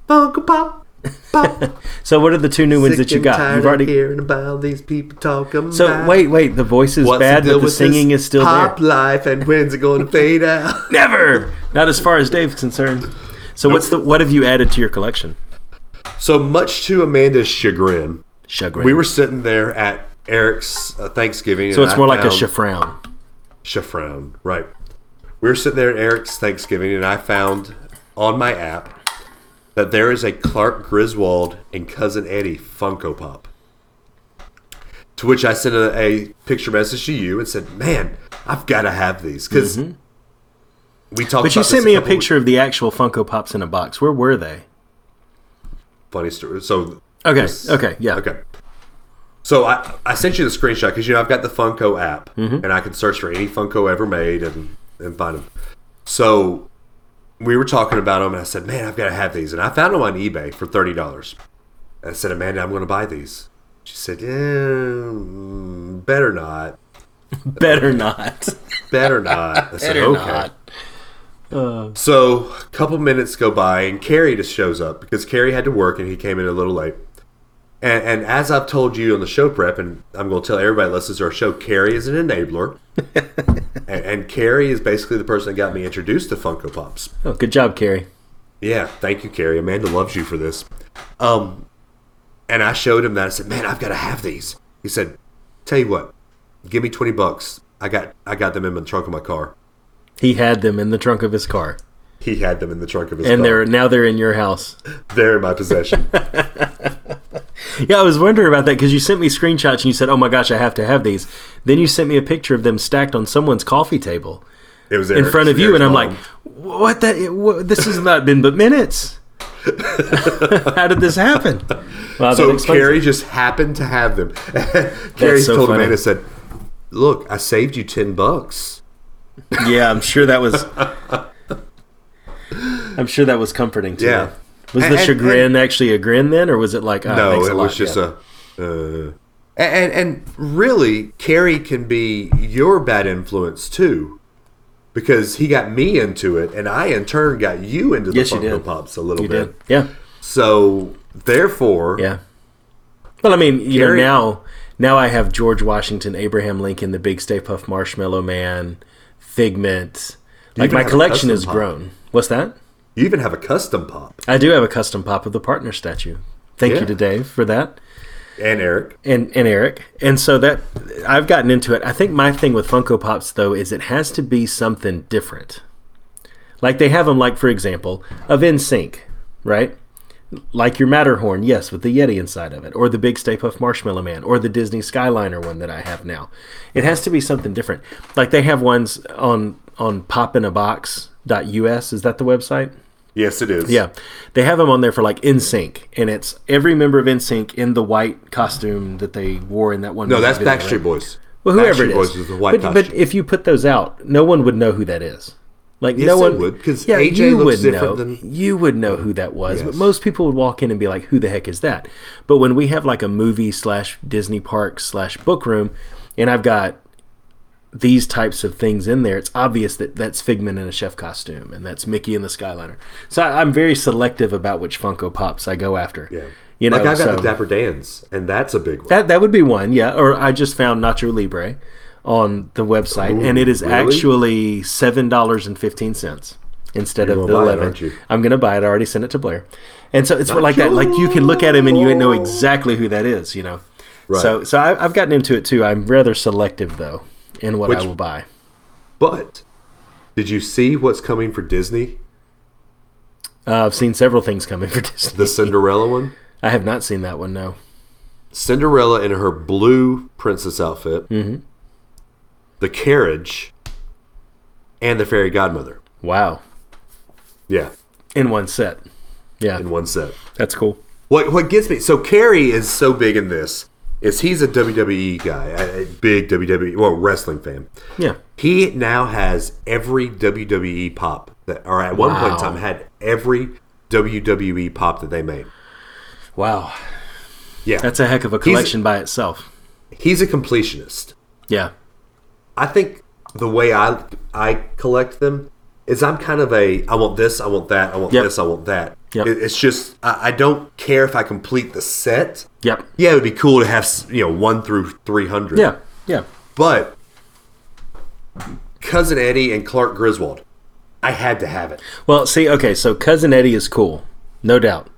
Speaker 3: Funko Pop.
Speaker 2: <laughs>
Speaker 3: Pop.
Speaker 2: So what are the two new ones that you got? You've already
Speaker 3: hearing about these people talking.
Speaker 2: So wait, wait, the voice is bad, but the singing is still
Speaker 3: pop
Speaker 2: there.
Speaker 3: life, and when's it going to fade out?
Speaker 2: Never. Not as far as Dave's concerned. So what's the what have you added to your collection?
Speaker 3: <laughs> So much to Amanda's chagrin,
Speaker 2: Chagrin.
Speaker 3: we were sitting there at Eric's uh, Thanksgiving.
Speaker 2: so it's more like a
Speaker 3: chef.
Speaker 2: chaffrown.
Speaker 3: Chaffron, right. We were sitting there at Eric's Thanksgiving, and I found on my app that there is a Clark Griswold and Cousin Eddie Funko Pop. To which I sent a, a picture message to you and said, Man, I've got to have these. Because we talked
Speaker 2: Mm-hmm. But you
Speaker 3: about
Speaker 2: sent
Speaker 3: this
Speaker 2: me a
Speaker 3: couple
Speaker 2: picture of the actual Funko Pops in a box. Where were they?
Speaker 3: weeks- Funny story. So,
Speaker 2: Okay. Okay. Yeah.
Speaker 3: okay. So I, I sent you the screenshot because, you know, I've got the Funko app, and I can search for any Funko ever made and, and find them. So we were talking about them, and I said, "Man, I've got to have these." And I found them on eBay for thirty dollars. I said, "Amanda, I'm going to buy these." She said, "Eh, mm, "Better not,
Speaker 2: Better not. <laughs>
Speaker 3: better not." I said,
Speaker 2: Better
Speaker 3: "Okay."
Speaker 2: not.
Speaker 3: So a couple minutes go by, and Carrie just shows up because Carrie had to work, and he came in a little late. And, and as I've told you on the show prep, and I'm going to tell everybody that listens to our show, Carrie is
Speaker 2: <laughs>
Speaker 3: an enabler, and, and Carrie is basically the person that got me introduced to Funko Pops.
Speaker 2: Oh, good job, Carrie.
Speaker 3: Yeah, thank you, Carrie. Amanda loves you for this. Um, and I showed him that. I said, "Man, I've got to have these." He said, "Tell you what, give me twenty bucks. I got I got them in the trunk of my car.
Speaker 2: He had them in the trunk of his car,
Speaker 3: He had them in the trunk of his
Speaker 2: and
Speaker 3: car.
Speaker 2: they're now they're in your house.
Speaker 3: they're in
Speaker 2: <laughs>
Speaker 3: my possession.
Speaker 2: Yeah, I was wondering about that because you sent me screenshots and you said, "Oh my gosh, I have to have these." Then you sent me a picture of them stacked on someone's coffee table
Speaker 3: It was
Speaker 2: in
Speaker 3: Eric's-
Speaker 2: front of you,
Speaker 3: Eric's
Speaker 2: and I'm
Speaker 3: mom.
Speaker 2: like, "What? That? What, this has not been but
Speaker 3: <laughs>
Speaker 2: minutes. How did this happen?" Wow, "Oh, that
Speaker 3: So
Speaker 2: explains it.
Speaker 3: Carrie just happened to have them. <laughs> Carrie
Speaker 2: so
Speaker 3: told
Speaker 2: funny.
Speaker 3: Amanda, said, "Look, I saved you ten bucks."
Speaker 2: Yeah, I'm sure that
Speaker 3: <laughs>
Speaker 2: was. I'm sure that was comforting to
Speaker 3: Yeah.
Speaker 2: her. Was
Speaker 3: And-
Speaker 2: the
Speaker 3: and-
Speaker 2: chagrin actually a grin then, or was it like oh,
Speaker 3: No,
Speaker 2: thanks a
Speaker 3: it
Speaker 2: lot,
Speaker 3: was just
Speaker 2: yeah.
Speaker 3: a. Uh, and and really, Carrie can be your bad influence too, because he got me into it, and I in turn got you into the
Speaker 2: Yes, you
Speaker 3: Funko
Speaker 2: did.
Speaker 3: Pops a little
Speaker 2: you
Speaker 3: bit.
Speaker 2: did yeah
Speaker 3: So therefore,
Speaker 2: yeah. Well, I mean, you
Speaker 3: Gary-
Speaker 2: know now now I have George Washington, Abraham Lincoln, the Big Stay Puff Marshmallow Man, Figment. Like
Speaker 3: even
Speaker 2: my
Speaker 3: have a
Speaker 2: collection
Speaker 3: custom
Speaker 2: has
Speaker 3: pop.
Speaker 2: grown. What's that?
Speaker 3: you even have a custom pop
Speaker 2: I do have a custom pop of the partner statue. Thank
Speaker 3: Yeah.
Speaker 2: you to Dave for that.
Speaker 3: and Eric.
Speaker 2: and and Eric. And so that I've gotten into it. I think my thing with Funko Pops though is it has to be something different. Like they have them, like for example, of NSYNC, right? Like your Matterhorn, yes, with the Yeti inside of it, or the Big Stay Puft Marshmallow Man, or the Disney Skyliner one that I have now. It has to be something different. Like they have ones on on popinabox.us. Is that the website?
Speaker 3: Yes, it is.
Speaker 2: Yeah, they have them on there for like NSYNC, and it's every member of NSYNC in the white costume that they wore in that one.
Speaker 3: No, that's
Speaker 2: music video,
Speaker 3: Backstreet
Speaker 2: right?
Speaker 3: Boys.
Speaker 2: Well, whoever
Speaker 3: Backstreet
Speaker 2: it
Speaker 3: Boys
Speaker 2: is,
Speaker 3: is the white
Speaker 2: but, but
Speaker 3: costume.
Speaker 2: if you put those out, no one would know who that is. Like
Speaker 3: Yes,
Speaker 2: no
Speaker 3: they
Speaker 2: one
Speaker 3: would, 'cause
Speaker 2: Yeah,
Speaker 3: AJ
Speaker 2: you
Speaker 3: looks
Speaker 2: would
Speaker 3: different
Speaker 2: know.
Speaker 3: than-
Speaker 2: You would know who that was, but
Speaker 3: Yes.
Speaker 2: most people would walk in and be like, "Who the heck is that?" But when we have like a movie slash Disney park slash book room, and I've got these types of things in there, it's obvious that that's Figment in a chef costume and that's Mickey in the Skyliner. So I, I'm very selective about which Funko Pops I go after.
Speaker 3: Yeah.
Speaker 2: you know,
Speaker 3: like I got
Speaker 2: so
Speaker 3: the Dapper Dan's, and that's a big one.
Speaker 2: that that would be one. Yeah, or I just found Nacho Libre on the website, and it is
Speaker 3: really?
Speaker 2: actually seven dollars and fifteen cents instead
Speaker 3: You're
Speaker 2: of
Speaker 3: gonna
Speaker 2: the
Speaker 3: buy it,
Speaker 2: eleven.
Speaker 3: aren't you?
Speaker 2: I'm gonna buy it. I already sent it to Blair, and so it's like that. Like you can look at him and you know exactly who that is. You know.
Speaker 3: Right.
Speaker 2: So, so I, I've gotten into it too. I'm rather selective though in what I
Speaker 3: Which-
Speaker 2: will buy.
Speaker 3: But did you see what's coming for Disney?
Speaker 2: Uh, I've seen several things coming for <laughs> Disney.
Speaker 3: The Cinderella one.
Speaker 2: I have not seen that one. No.
Speaker 3: Cinderella in her blue princess outfit, the carriage, and the fairy godmother.
Speaker 2: Wow.
Speaker 3: Yeah,
Speaker 2: In one set. Yeah,
Speaker 3: in one set.
Speaker 2: that's cool.
Speaker 3: What what gets me? So Carrie is so big in this is he's a WWE guy, a a big WWE, well wrestling fan.
Speaker 2: Yeah.
Speaker 3: He now has every WWE pop that, or at one point in
Speaker 2: Wow.
Speaker 3: time had every WWE pop that they made.
Speaker 2: Wow.
Speaker 3: Yeah,
Speaker 2: That's a heck of a collection by itself.
Speaker 3: he's a completionist.
Speaker 2: Yeah.
Speaker 3: I think the way I I collect them is I'm kind of a I want this, I want that, I want
Speaker 2: Yep.
Speaker 3: this, I want that.
Speaker 2: Yep.
Speaker 3: It- it's just I, I don't care if I complete the set.
Speaker 2: Yep.
Speaker 3: Yeah, it would be cool to have s- you know one through three hundred.
Speaker 2: Yeah. Yeah.
Speaker 3: but cousin Eddie and Clark Griswold, I had to have it.
Speaker 2: Well, see, okay, so Cousin Eddie is cool, no doubt.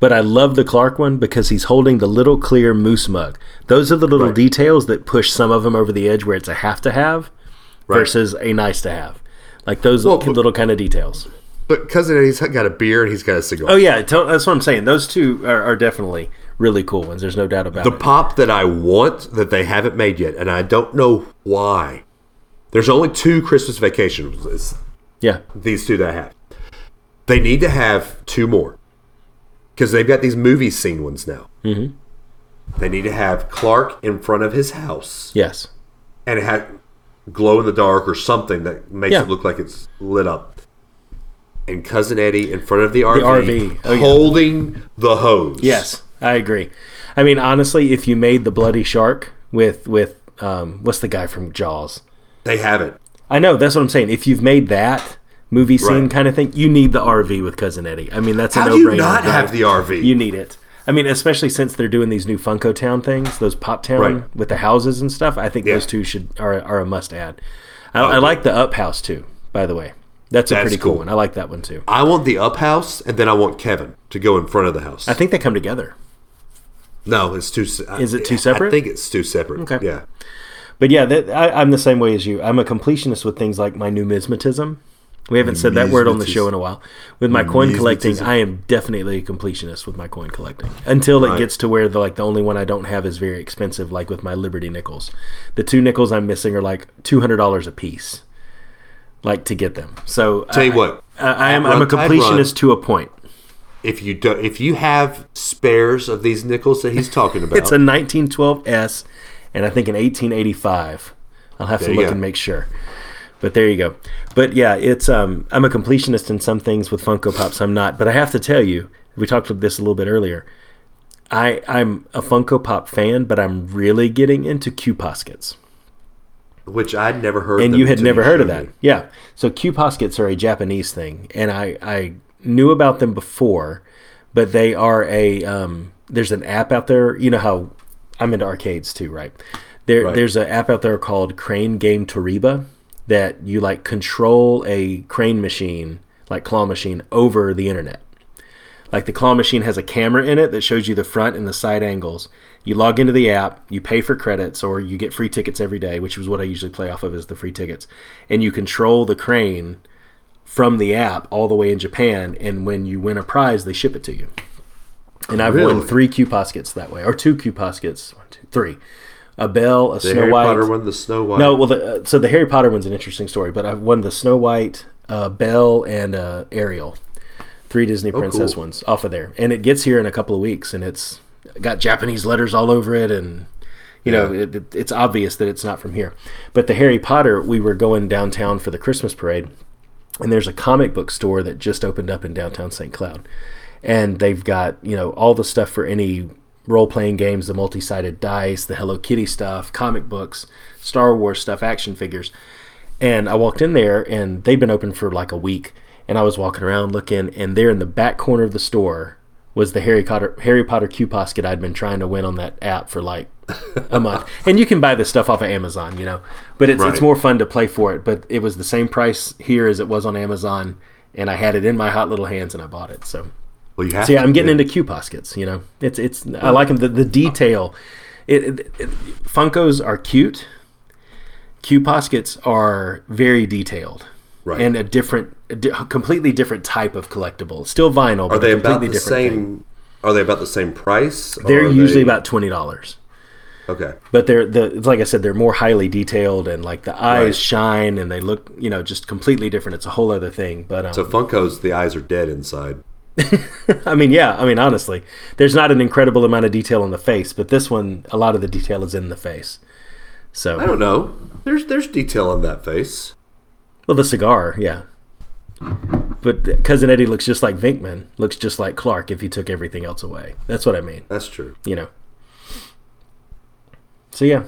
Speaker 2: But I love the Clark one because he's holding the little clear moose mug. Those are the little
Speaker 3: Right.
Speaker 2: details that push some of them over the edge where it's a have to have versus a nice to have. Like those
Speaker 3: Well,
Speaker 2: little,
Speaker 3: but-
Speaker 2: kind of details.
Speaker 3: But cousin Eddie's got a beer and he's got a cigar.
Speaker 2: Oh, yeah, to- that's what I'm saying. Those two are, are definitely really cool ones. There's no doubt about
Speaker 3: The
Speaker 2: it.
Speaker 3: pop that I want that they haven't made yet, and I don't know why. There's only two Christmas vacations. It's
Speaker 2: Yeah.
Speaker 3: these two that I have. They need to have two more because they've got these movie scene ones now. Mm-hmm. They need to have Clark in front of his house
Speaker 2: Yes.
Speaker 3: and have glow in the dark or something that makes
Speaker 2: Yeah.
Speaker 3: it look like it's lit up. and cousin Eddie in front of the RV,
Speaker 2: RV. Oh, yeah.
Speaker 3: holding the hose.
Speaker 2: Yes, I agree. I mean, honestly, if you made the bloody shark with with um, what's the guy from Jaws?
Speaker 3: they have it.
Speaker 2: I know that's what I'm saying. If you've made that movie scene
Speaker 3: Right.
Speaker 2: kind of thing, you need the RV with cousin Eddie. I mean, that's a
Speaker 3: How
Speaker 2: no
Speaker 3: do you
Speaker 2: brainer.
Speaker 3: not have the RV?
Speaker 2: You need it. I mean, especially since they're doing these new Funko Town things, those Pop Town
Speaker 3: Right.
Speaker 2: with the houses and stuff. I think
Speaker 3: Yeah.
Speaker 2: those two should are, are a must add. I, I like the Up House too. By the way, that's a
Speaker 3: That's
Speaker 2: pretty cool.
Speaker 3: cool.
Speaker 2: one. I like that one too.
Speaker 3: I want the up house, and then I want Kevin to go in front of the house.
Speaker 2: I think they come together.
Speaker 3: no, it's too. se-
Speaker 2: Is it two
Speaker 3: I-
Speaker 2: separate?
Speaker 3: I think it's two separate.
Speaker 2: Okay.
Speaker 3: Yeah.
Speaker 2: But yeah, that, I, I'm the same way as you. I'm a completionist with things like my numismatism. We haven't said that word on the show in a while. With my coin collecting, I am definitely a completionist with my coin collecting. Until it gets to where the like the only one I don't have is very expensive, like with my Liberty nickels. The two nickels I'm missing are like two hundred dollars a piece, like to get them. So
Speaker 3: Tell you
Speaker 2: I-
Speaker 3: what,
Speaker 2: Uh, I, I am I'm a
Speaker 3: At run- I'd run-
Speaker 2: completionist to a point.
Speaker 3: if you do, if you have spares of these nickels that he's talking
Speaker 2: <laughs>
Speaker 3: about,
Speaker 2: It's a 1912 S, and I think an 1885. I'll have to
Speaker 3: you
Speaker 2: look
Speaker 3: go.
Speaker 2: and make sure. But there you go. But yeah, it's um, I'm a completionist in some things with Funko Pops. I'm not, but I have to tell you, we talked about this a little bit earlier. I I'm a Funko Pop fan, but I'm really getting into Q Poskets
Speaker 3: which I'd never heard.
Speaker 2: and
Speaker 3: them
Speaker 2: you had
Speaker 3: until
Speaker 2: never heard of
Speaker 3: showed
Speaker 2: that.
Speaker 3: me.
Speaker 2: Yeah. So Q Poskets are a Japanese thing, and I I knew about them before, but they are a um, there's an app out there. You know how I'm into arcades too, right? There
Speaker 3: Right.
Speaker 2: there's an app out there called Crane Game Toriba that you like control a crane machine like claw machine over the internet. Like the claw machine has a camera in it that shows you the front and the side angles. You log into the app, you pay for credits, or you get free tickets every day, which is what I usually play off of is the free tickets. And you control the crane from the app all the way in Japan. And when you win a prize, they ship it to you. And I've won
Speaker 3: Really?
Speaker 2: three Q Poskets that way, or two Q Poskets, one, two, three. A bell, a
Speaker 3: The
Speaker 2: Snow
Speaker 3: Harry
Speaker 2: White.
Speaker 3: Potter one, the Snow White.
Speaker 2: No, well, the, uh, so the Harry Potter one's an interesting story, but I've won the Snow White, uh, Belle, and uh, Ariel, three Disney princess
Speaker 3: Oh, cool.
Speaker 2: ones off of there, and it gets here in a couple of weeks, and it's got Japanese letters all over it, and you know
Speaker 3: Yeah.
Speaker 2: it, it, it's obvious that it's not from here. But the Harry Potter, we were going downtown for the Christmas parade, and there's a comic book store that just opened up in downtown St. Cloud, and they've got you know all the stuff for any role-playing games, the multi-sided dice, the Hello Kitty stuff, comic books, Star Wars stuff, action figures. And I walked in there, and they'd been open for like a week. And I was walking around looking, and there in the back corner of the store was the Harry Potter Harry Potter Q Posket I'd been trying to win on that app for like a month. And you can buy this stuff off of Amazon, you know, but it's it's
Speaker 3: Right.
Speaker 2: more fun to play for it. But it was the same price here as it was on Amazon, and I had it in my hot little hands, and I bought it. So
Speaker 3: Well, you have
Speaker 2: so yeah,
Speaker 3: to
Speaker 2: I'm getting
Speaker 3: do.
Speaker 2: into Q Poskets. You know, it's it's I like them. The, the detail, it, it, it- Funkos are cute. Q Poskets are very detailed,
Speaker 3: Right.
Speaker 2: And a different, a di- completely different type of collectible. Still vinyl, but
Speaker 3: Are
Speaker 2: a
Speaker 3: they about
Speaker 2: completely
Speaker 3: the
Speaker 2: different
Speaker 3: same?
Speaker 2: thing.
Speaker 3: Are they about the same price? or
Speaker 2: They're
Speaker 3: are
Speaker 2: usually
Speaker 3: they-
Speaker 2: about twenty dollars.
Speaker 3: okay.
Speaker 2: but they're the like I said, they're more highly detailed and like the eyes
Speaker 3: Right.
Speaker 2: shine and they look, you know, just completely different. It's a whole other thing. But um,
Speaker 3: So Funko's, the eyes are dead inside.
Speaker 2: I mean, yeah, I mean, honestly, there's not an incredible amount of detail on the face, but this one, a lot of the detail is in the face.
Speaker 3: I
Speaker 2: So,
Speaker 3: don't know. There's there's detail on that face.
Speaker 2: well, the cigar, yeah. But cousin Eddie looks just like Vinkman, looks just like Clark if he took everything else away. That's what I mean,
Speaker 3: That's true.
Speaker 2: you know. So yeah,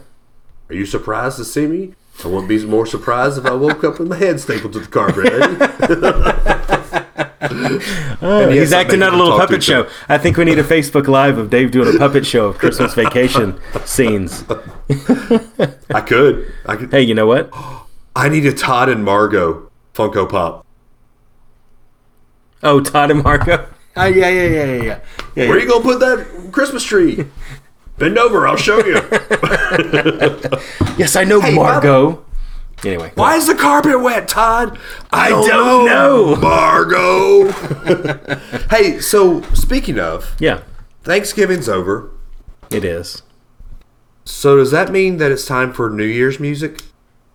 Speaker 3: Are you surprised to see me? I wouldn't be more surprised if I woke up with my head stapled to the carpet. eh?
Speaker 2: <laughs>
Speaker 3: Eddie. And yes,
Speaker 2: Oh, he's
Speaker 3: I
Speaker 2: acting
Speaker 3: made
Speaker 2: out a
Speaker 3: you
Speaker 2: little
Speaker 3: talk to
Speaker 2: puppet
Speaker 3: each other.
Speaker 2: show. I think we need a Facebook Live of Dave doing a puppet show of Christmas
Speaker 3: <laughs>
Speaker 2: vacation scenes.
Speaker 3: I could. I could.
Speaker 2: Hey, you know what?
Speaker 3: I need a Todd and Margot Funko Pop.
Speaker 2: Oh, Todd and Marco. Oh, yeah, yeah, yeah, yeah, yeah.
Speaker 3: Where are you gonna put that Christmas tree? Bend over. I'll show
Speaker 2: <laughs>
Speaker 3: you.
Speaker 2: Yes, I know Margot. Anyway,
Speaker 3: Why is the carpet wet, Todd? I don't,
Speaker 2: don't know. <laughs>
Speaker 3: Margot. hey, so speaking of,
Speaker 2: yeah,
Speaker 3: Thanksgiving's over.
Speaker 2: it is
Speaker 3: So does that mean that it's time for New Year's music?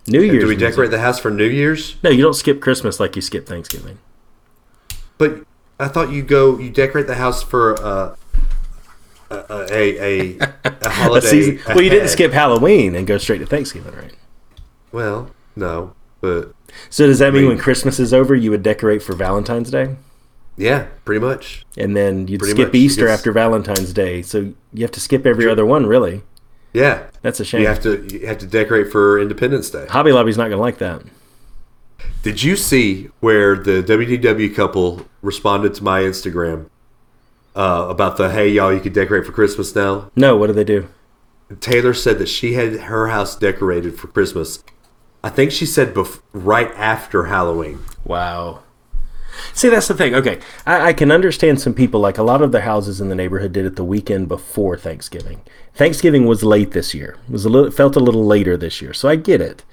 Speaker 2: New Year's.
Speaker 3: Do we
Speaker 2: music.
Speaker 3: decorate the house for New Year's?
Speaker 2: No, you don't skip Christmas like you skip Thanksgiving.
Speaker 3: But I thought you go you decorate the house for uh, a
Speaker 2: <laughs>
Speaker 3: a, a, a
Speaker 2: A
Speaker 3: holiday. <laughs>
Speaker 2: season. Well, you didn't
Speaker 3: ahead.
Speaker 2: skip Halloween and go straight to Thanksgiving, right?
Speaker 3: Well, no, but
Speaker 2: So does that mean when Christmas is over, you would decorate for Valentine's Day,
Speaker 3: Yeah, pretty much.
Speaker 2: and then you'd
Speaker 3: Pretty
Speaker 2: skip
Speaker 3: much,
Speaker 2: Easter
Speaker 3: yes.
Speaker 2: after Valentine's Day? So you have to skip every other one, really.
Speaker 3: Yeah,
Speaker 2: That's a shame.
Speaker 3: you have to you have to decorate for Independence Day.
Speaker 2: Hobby Lobby's not going to like that.
Speaker 3: Did you see where the WDW couple responded to my Instagram uh, about the hey y'all you could decorate for Christmas now?
Speaker 2: No, what do they do?
Speaker 3: Taylor said that she had her house decorated for Christmas. I think she said bef- right after Halloween.
Speaker 2: Wow. See, that's the thing. Okay, I, I can understand some people. Like a lot of the houses in the neighborhood did it the weekend before Thanksgiving. Thanksgiving was late this year. It was a little it felt a little later this year, so I get it.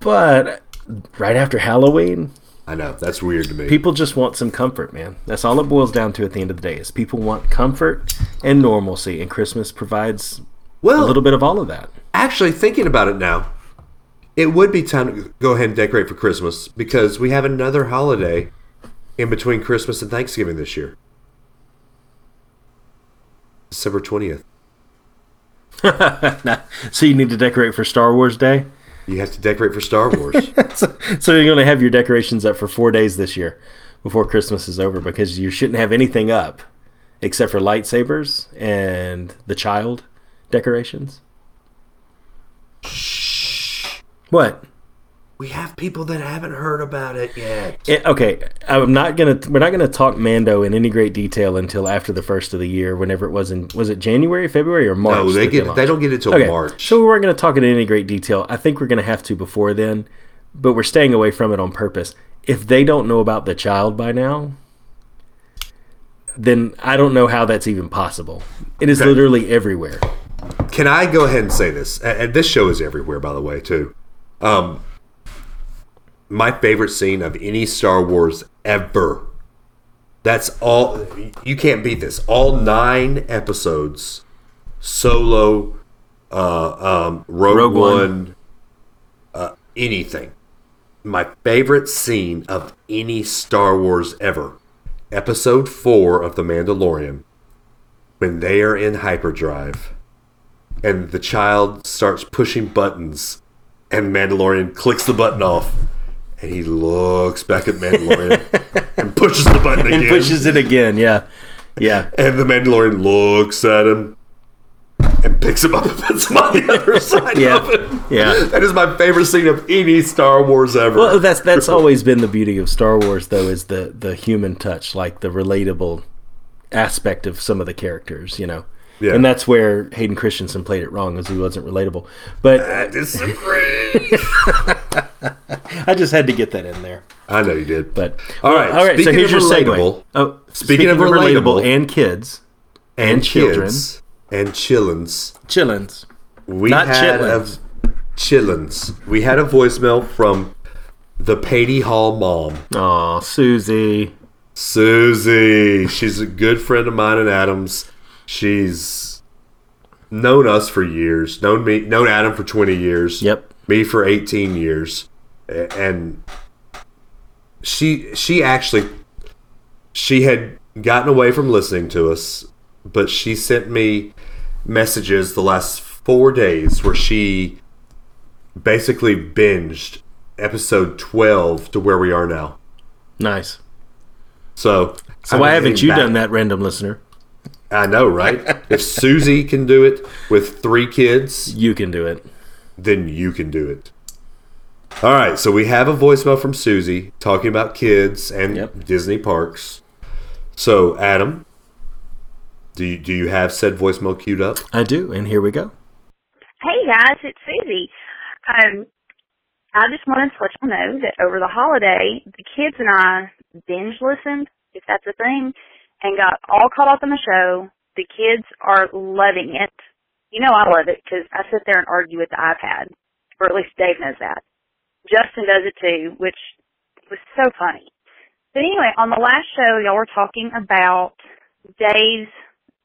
Speaker 2: But right after Halloween,
Speaker 3: I know that's weird to me.
Speaker 2: people just want some comfort, man. That's all it boils down to at the end of the day. Is people want comfort and normalcy, and Christmas provides a
Speaker 3: well,
Speaker 2: little bit of all of that. <laughs>
Speaker 3: actually thinking about it now, it would be time to go ahead and decorate for Christmas because we have another holiday in between Christmas and Thanksgiving this year. December 20th.
Speaker 2: So you need to decorate for Star Wars Day.
Speaker 3: You have to decorate for Star Wars.
Speaker 2: So you're going to have your decorations up for four days this year before Christmas is over because you shouldn't have anything up except for lightsabers and the child decorations. What?
Speaker 3: we have people that haven't heard about it yet.
Speaker 2: Eh, okay, I'm not gonna. We're not gonna talk Mando in any great detail until after the first of the year, whenever it was in. Was it January, February, or March?
Speaker 3: No, Oh, they
Speaker 2: that
Speaker 3: get they
Speaker 2: launched?
Speaker 3: don't get it till
Speaker 2: Okay,
Speaker 3: March.
Speaker 2: so we weren't going to talk it in any great detail. I think we're going to have to before then, but we're staying away from it on purpose. If they don't know about the child by now, then I don't know how that's even possible. It is literally everywhere.
Speaker 3: Can I go ahead and say this? A- And this show is everywhere, by the way, too. Um, my favorite scene of any Star Wars ever. That's all. You can't beat this. All nine episodes, Solo, uh, um, Rogue,
Speaker 2: Rogue One.
Speaker 3: One, Uh, anything. My favorite scene of any Star Wars ever. Episode four of The Mandalorian, when they are in hyperdrive and the child starts pushing buttons, and Mandalorian clicks the button off, and he looks back at Mandalorian
Speaker 2: <laughs>
Speaker 3: and pushes the button again.
Speaker 2: And pushes it again. Yeah. Yeah.
Speaker 3: And the Mandalorian looks at him and picks him up and puts him on the
Speaker 2: <laughs>
Speaker 3: other side
Speaker 2: Yeah.
Speaker 3: of him.
Speaker 2: Yeah.
Speaker 3: That is my favorite scene of any Star Wars ever.
Speaker 2: Well, that's that's always been the beauty of Star Wars, though, is the the human touch, like the relatable aspect of some of the characters, you know.
Speaker 3: Yeah.
Speaker 2: And that's where Hayden Christensen played it wrong, as he wasn't relatable. But <laughs>
Speaker 3: I disagree.
Speaker 2: I just had to get that in there.
Speaker 3: I know you did.
Speaker 2: But
Speaker 3: All right,
Speaker 2: all right. So
Speaker 3: speaking
Speaker 2: here's your
Speaker 3: of
Speaker 2: segue.
Speaker 3: relatable-
Speaker 2: Oh,
Speaker 3: speaking of relatable-
Speaker 2: and kids,
Speaker 3: and,
Speaker 2: and children.
Speaker 3: kids and chillins.
Speaker 2: chillins.
Speaker 3: We
Speaker 2: Not
Speaker 3: had
Speaker 2: chitlins.
Speaker 3: a chillins. We had a voicemail from the Patey Hall mom,
Speaker 2: Aw, Oh, Susie.
Speaker 3: Susie. She's a good friend of mine and Adam's. She's known us for years. Known me, known Adam for twenty years.
Speaker 2: Yep.
Speaker 3: Me for eighteen years, A- and she she actually she had gotten away from listening to us, but she sent me messages the last four days where she basically binged episode 12 to where we are now.
Speaker 2: Nice.
Speaker 3: So,
Speaker 2: So why haven't you done that, random listener?
Speaker 3: I know, right? if Susie can do it with three kids,
Speaker 2: You can do it.
Speaker 3: then you can do it. All right, so we have a voicemail from Susie talking about kids and
Speaker 2: Yep.
Speaker 3: Disney parks. So, Adam, do you, do you have said voicemail queued up?
Speaker 2: I do, and here we go.
Speaker 5: Hey guys, it's Susie. Um, I just wanted to let y'all know that over the holiday, the kids and I binge listened, if that's a thing, and got all caught up in the show. The kids are loving it. You know I love it because I sit there and argue with the iPad, or at least Dave knows that. Justin does it too, which was so funny. But anyway, on the last show, y'all were talking about Dave's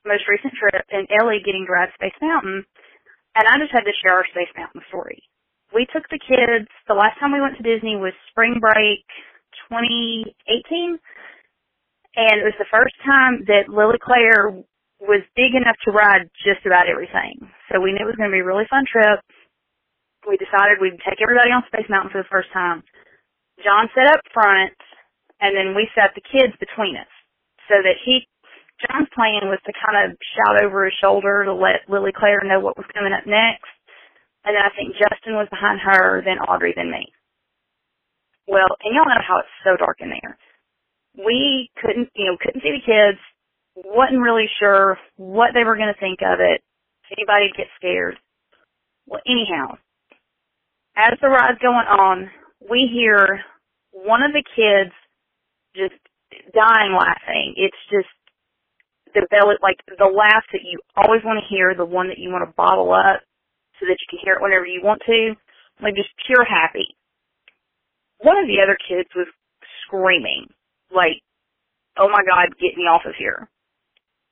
Speaker 5: most recent trip and Ellie getting to ride Space Mountain and I just had to share our Space Mountain story. We took the kids, the last time we went to Disney was spring break 2018, and it was the first time that Lily Claire was big enough to ride just about everything. So we knew it was going to be a really fun trip. We decided we'd take everybody on Space Mountain for the first time. John sat up front, and then we sat the kids between us so that he, John's plan was to kind of shout over his shoulder to let Lily Claire know what was coming up next. And then I think Justin was behind her, then Audrey, then me. Well, and y'all know how it's so dark in there. We couldn't, you know, couldn't see the kids, wasn't really sure what they were going to think of it. If anybody would get scared. Well, anyhow, as the ride's going on, we hear one of the kids just dying laughing. It's just the belly, like the laugh that you always want to hear, the one that you want to bottle up so that you can hear it whenever you want to, like just pure happy. One of the other kids was screaming, like, oh my god, get me off of here.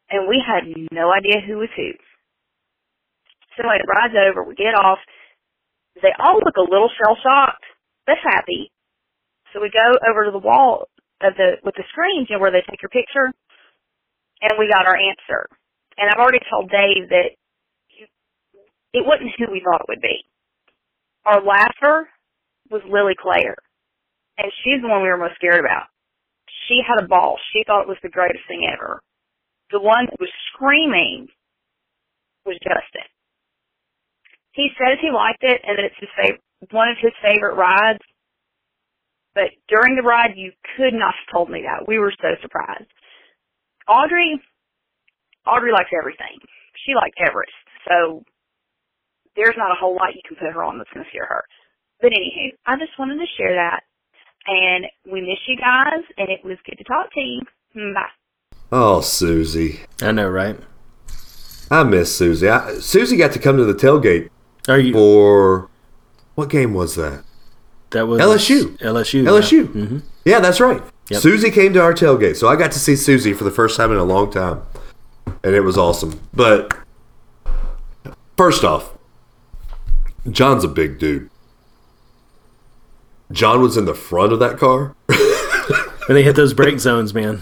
Speaker 5: And we had no idea who was who. So anyway, the ride's over, we get off. They all look a little shell shocked, but happy. So we go over to the wall of the with the screens, you know, where they take your picture, and we got our answer. And I've already told Dave that it wasn't who we thought it would be. Our laugher was Lily Claire, and she's the one we were most scared about. She had a ball. She thought it was the greatest thing ever. The one that was screaming was Justin. He says he liked it and that it's his favorite, one of his favorite rides. But during the ride, you could not have told me that. We were so surprised. Audrey, Audrey likes everything. She liked Everest, so there's not a whole lot you can put her on that's going to scare her. But anywho, I just wanted to share that, and we miss you guys, and it was good to talk to you. Bye.
Speaker 3: Oh, Susie.
Speaker 2: I know, right?
Speaker 3: I miss Susie. I, Susie got to come to the tailgate
Speaker 2: Are you?
Speaker 3: for what game was that?
Speaker 2: that was
Speaker 3: LSU.
Speaker 2: LSU.
Speaker 3: LSU.
Speaker 2: Yeah. Mhm.
Speaker 3: Yeah, that's right.
Speaker 2: Yep.
Speaker 3: Susie came to our tailgate, so I got to see Susie for the first time in a long time, and it was awesome. But first off, John's a big dude. John was in the front of that car.
Speaker 2: When they hit those break zones, man.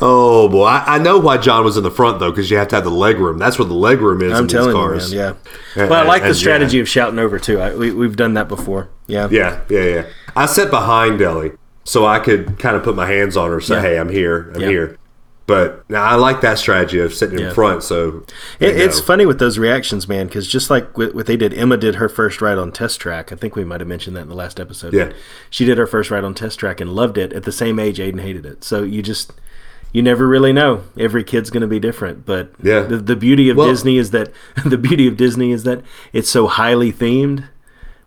Speaker 3: Oh boy, I, I know why John was in the front though, because you have to have the leg room. That's where the leg room is
Speaker 2: I'm
Speaker 3: in these
Speaker 2: telling
Speaker 3: cars.
Speaker 2: you, man. Yeah.
Speaker 3: And-
Speaker 2: Well, I like the
Speaker 3: and-
Speaker 2: strategy of shouting over too. I, we, we've done that before. Yeah.
Speaker 3: Yeah, yeah, yeah. I sat behind Ellie, so I could kind of put my hands on her, say,
Speaker 2: Yeah.
Speaker 3: "Hey, I'm here, I'm
Speaker 2: Yeah.
Speaker 3: here." But now I like that strategy of sitting
Speaker 2: Yeah.
Speaker 3: in front. So
Speaker 2: It,
Speaker 3: you
Speaker 2: it's
Speaker 3: know.
Speaker 2: funny with those reactions, man, because just like with, what they did, Emma did her first ride on Test Track. I think we might have mentioned that in the last episode.
Speaker 3: Yeah.
Speaker 2: She did her first ride on Test Track and loved it. At the same age, Aiden hated it. So you just, you never really know. Every kid's going to be different. But
Speaker 3: Yeah.
Speaker 2: the, the beauty of
Speaker 3: Well-
Speaker 2: Disney is that, <laughs> the beauty of Disney is that it's so highly themed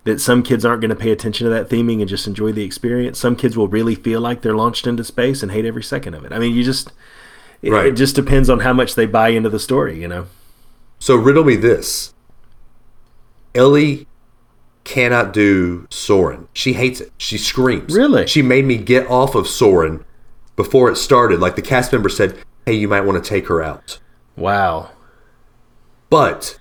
Speaker 2: that some kids aren't going to pay attention to that theming and just enjoy the experience. Some kids will really feel like they're launched into space and hate every second of it. I mean, you just, it,
Speaker 3: Right.
Speaker 2: it just depends on how much they buy into the story, you know?
Speaker 3: So riddle me this: Ellie cannot do Soren. She hates it. She screams.
Speaker 2: Really?
Speaker 3: She made me get off of Soren before it started. Like the cast member said, "Hey, you might want to take her out."
Speaker 2: Wow.
Speaker 3: but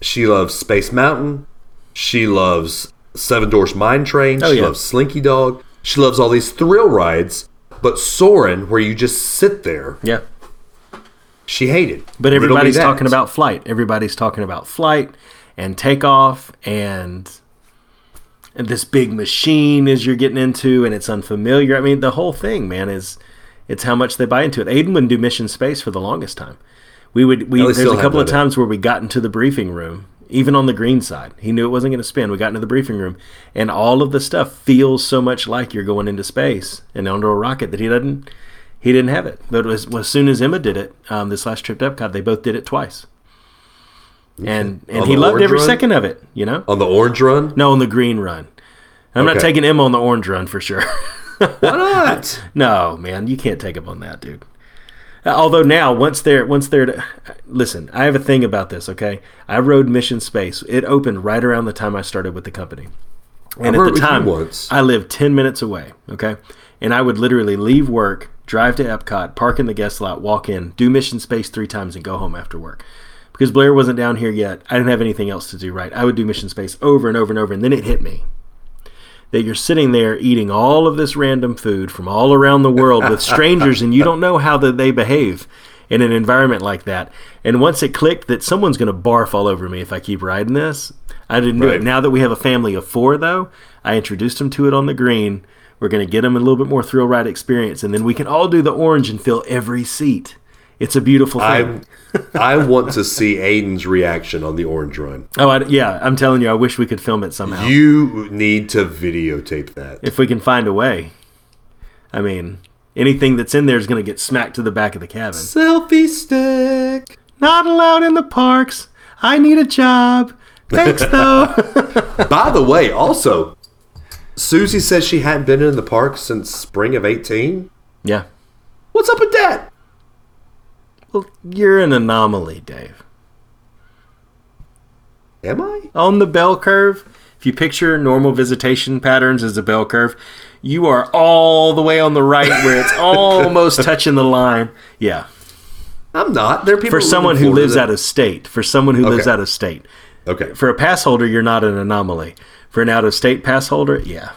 Speaker 3: she loves Space Mountain. She loves Seven Doors Mine Train.
Speaker 2: Oh,
Speaker 3: she
Speaker 2: yeah.
Speaker 3: loves Slinky Dog. She loves all these thrill rides. But Soren, where you just sit there,
Speaker 2: Yeah.
Speaker 3: she hated.
Speaker 2: But
Speaker 3: Riddle me
Speaker 2: everybody's
Speaker 3: that.
Speaker 2: talking about flight. Everybody's talking about flight and takeoff and and this big machine is you're getting into and it's unfamiliar. I mean, the whole thing, man, is it's how much they buy into it. Aiden wouldn't do mission space for the longest time. We would we
Speaker 3: Ellie
Speaker 2: there's
Speaker 3: still
Speaker 2: a couple of
Speaker 3: hadn't done it.
Speaker 2: times where we got into the briefing room, even on the green side. He knew it wasn't going to spin. We got into the briefing room and all of the stuff feels so much like you're going into space and onto a rocket that he doesn't he didn't have it. But as, as soon as Emma did it, um, this last trip to Epcot, they both did it twice. And and
Speaker 3: On
Speaker 2: he
Speaker 3: the
Speaker 2: loved
Speaker 3: orange
Speaker 2: every
Speaker 3: run?
Speaker 2: second of it, you know?
Speaker 3: on the
Speaker 2: <laughs>
Speaker 3: Orange Run.
Speaker 2: No, on the green run. I'm not
Speaker 3: Okay.
Speaker 2: taking Emma on the orange run for sure. <laughs>
Speaker 3: Why not?
Speaker 2: no, man, you can't take him on that, dude. Uh, Although now, once they're once they're uh, listen, I have a thing about this. Okay, I rode Mission Space. It opened right around the time I started with the company, and
Speaker 3: rode
Speaker 2: at
Speaker 3: with
Speaker 2: the
Speaker 3: you
Speaker 2: time,
Speaker 3: once.
Speaker 2: I lived ten minutes away. Okay, and I would literally leave work, drive to Epcot, park in the guest lot, walk in, do Mission Space three times, and go home after work. Because Blair wasn't down here yet, I didn't have anything else to do. Right, I would do Mission Space over and over and over, and then it hit me that you're sitting there eating all of this random food from all around the world with strangers and you don't know how that they behave in an environment like that. And once it clicked that someone's going to barf all over me if I keep riding this, I didn't do
Speaker 3: Right.
Speaker 2: it. Now that we have a family of four, though, I introduced them to it on the green. We're going to get them a little bit more thrill ride experience, and then we can all do the orange and fill every seat. It's a beautiful thing.
Speaker 3: I I want to see Aiden's reaction on the orange run.
Speaker 2: oh, I, yeah, I'm telling you, I wish we could film it somehow.
Speaker 3: You need to videotape that.
Speaker 2: if we can find a way. I mean, anything that's in there is going to get smacked to the back of the cabin.
Speaker 3: Selfie stick.
Speaker 2: Not allowed in the parks. I need a job. <laughs> Thanks, though.
Speaker 3: By the way, also, Susie says she hadn't been in the park since spring of 18.
Speaker 2: yeah.
Speaker 3: What's up with that?
Speaker 2: Well, you're an anomaly, Dave.
Speaker 3: Am I?
Speaker 2: On the bell curve, if you picture normal visitation patterns as a bell curve, you are all the way on the right where <laughs> it's almost touching the line. Yeah.
Speaker 3: I'm not. There are
Speaker 2: For
Speaker 3: people who live in
Speaker 2: someone who
Speaker 3: Florida
Speaker 2: lives
Speaker 3: that-
Speaker 2: out of state, for someone who lives
Speaker 3: Okay.
Speaker 2: out of state,
Speaker 3: Okay.
Speaker 2: for a pass holder, you're not an anomaly. For an out of state pass holder, yeah.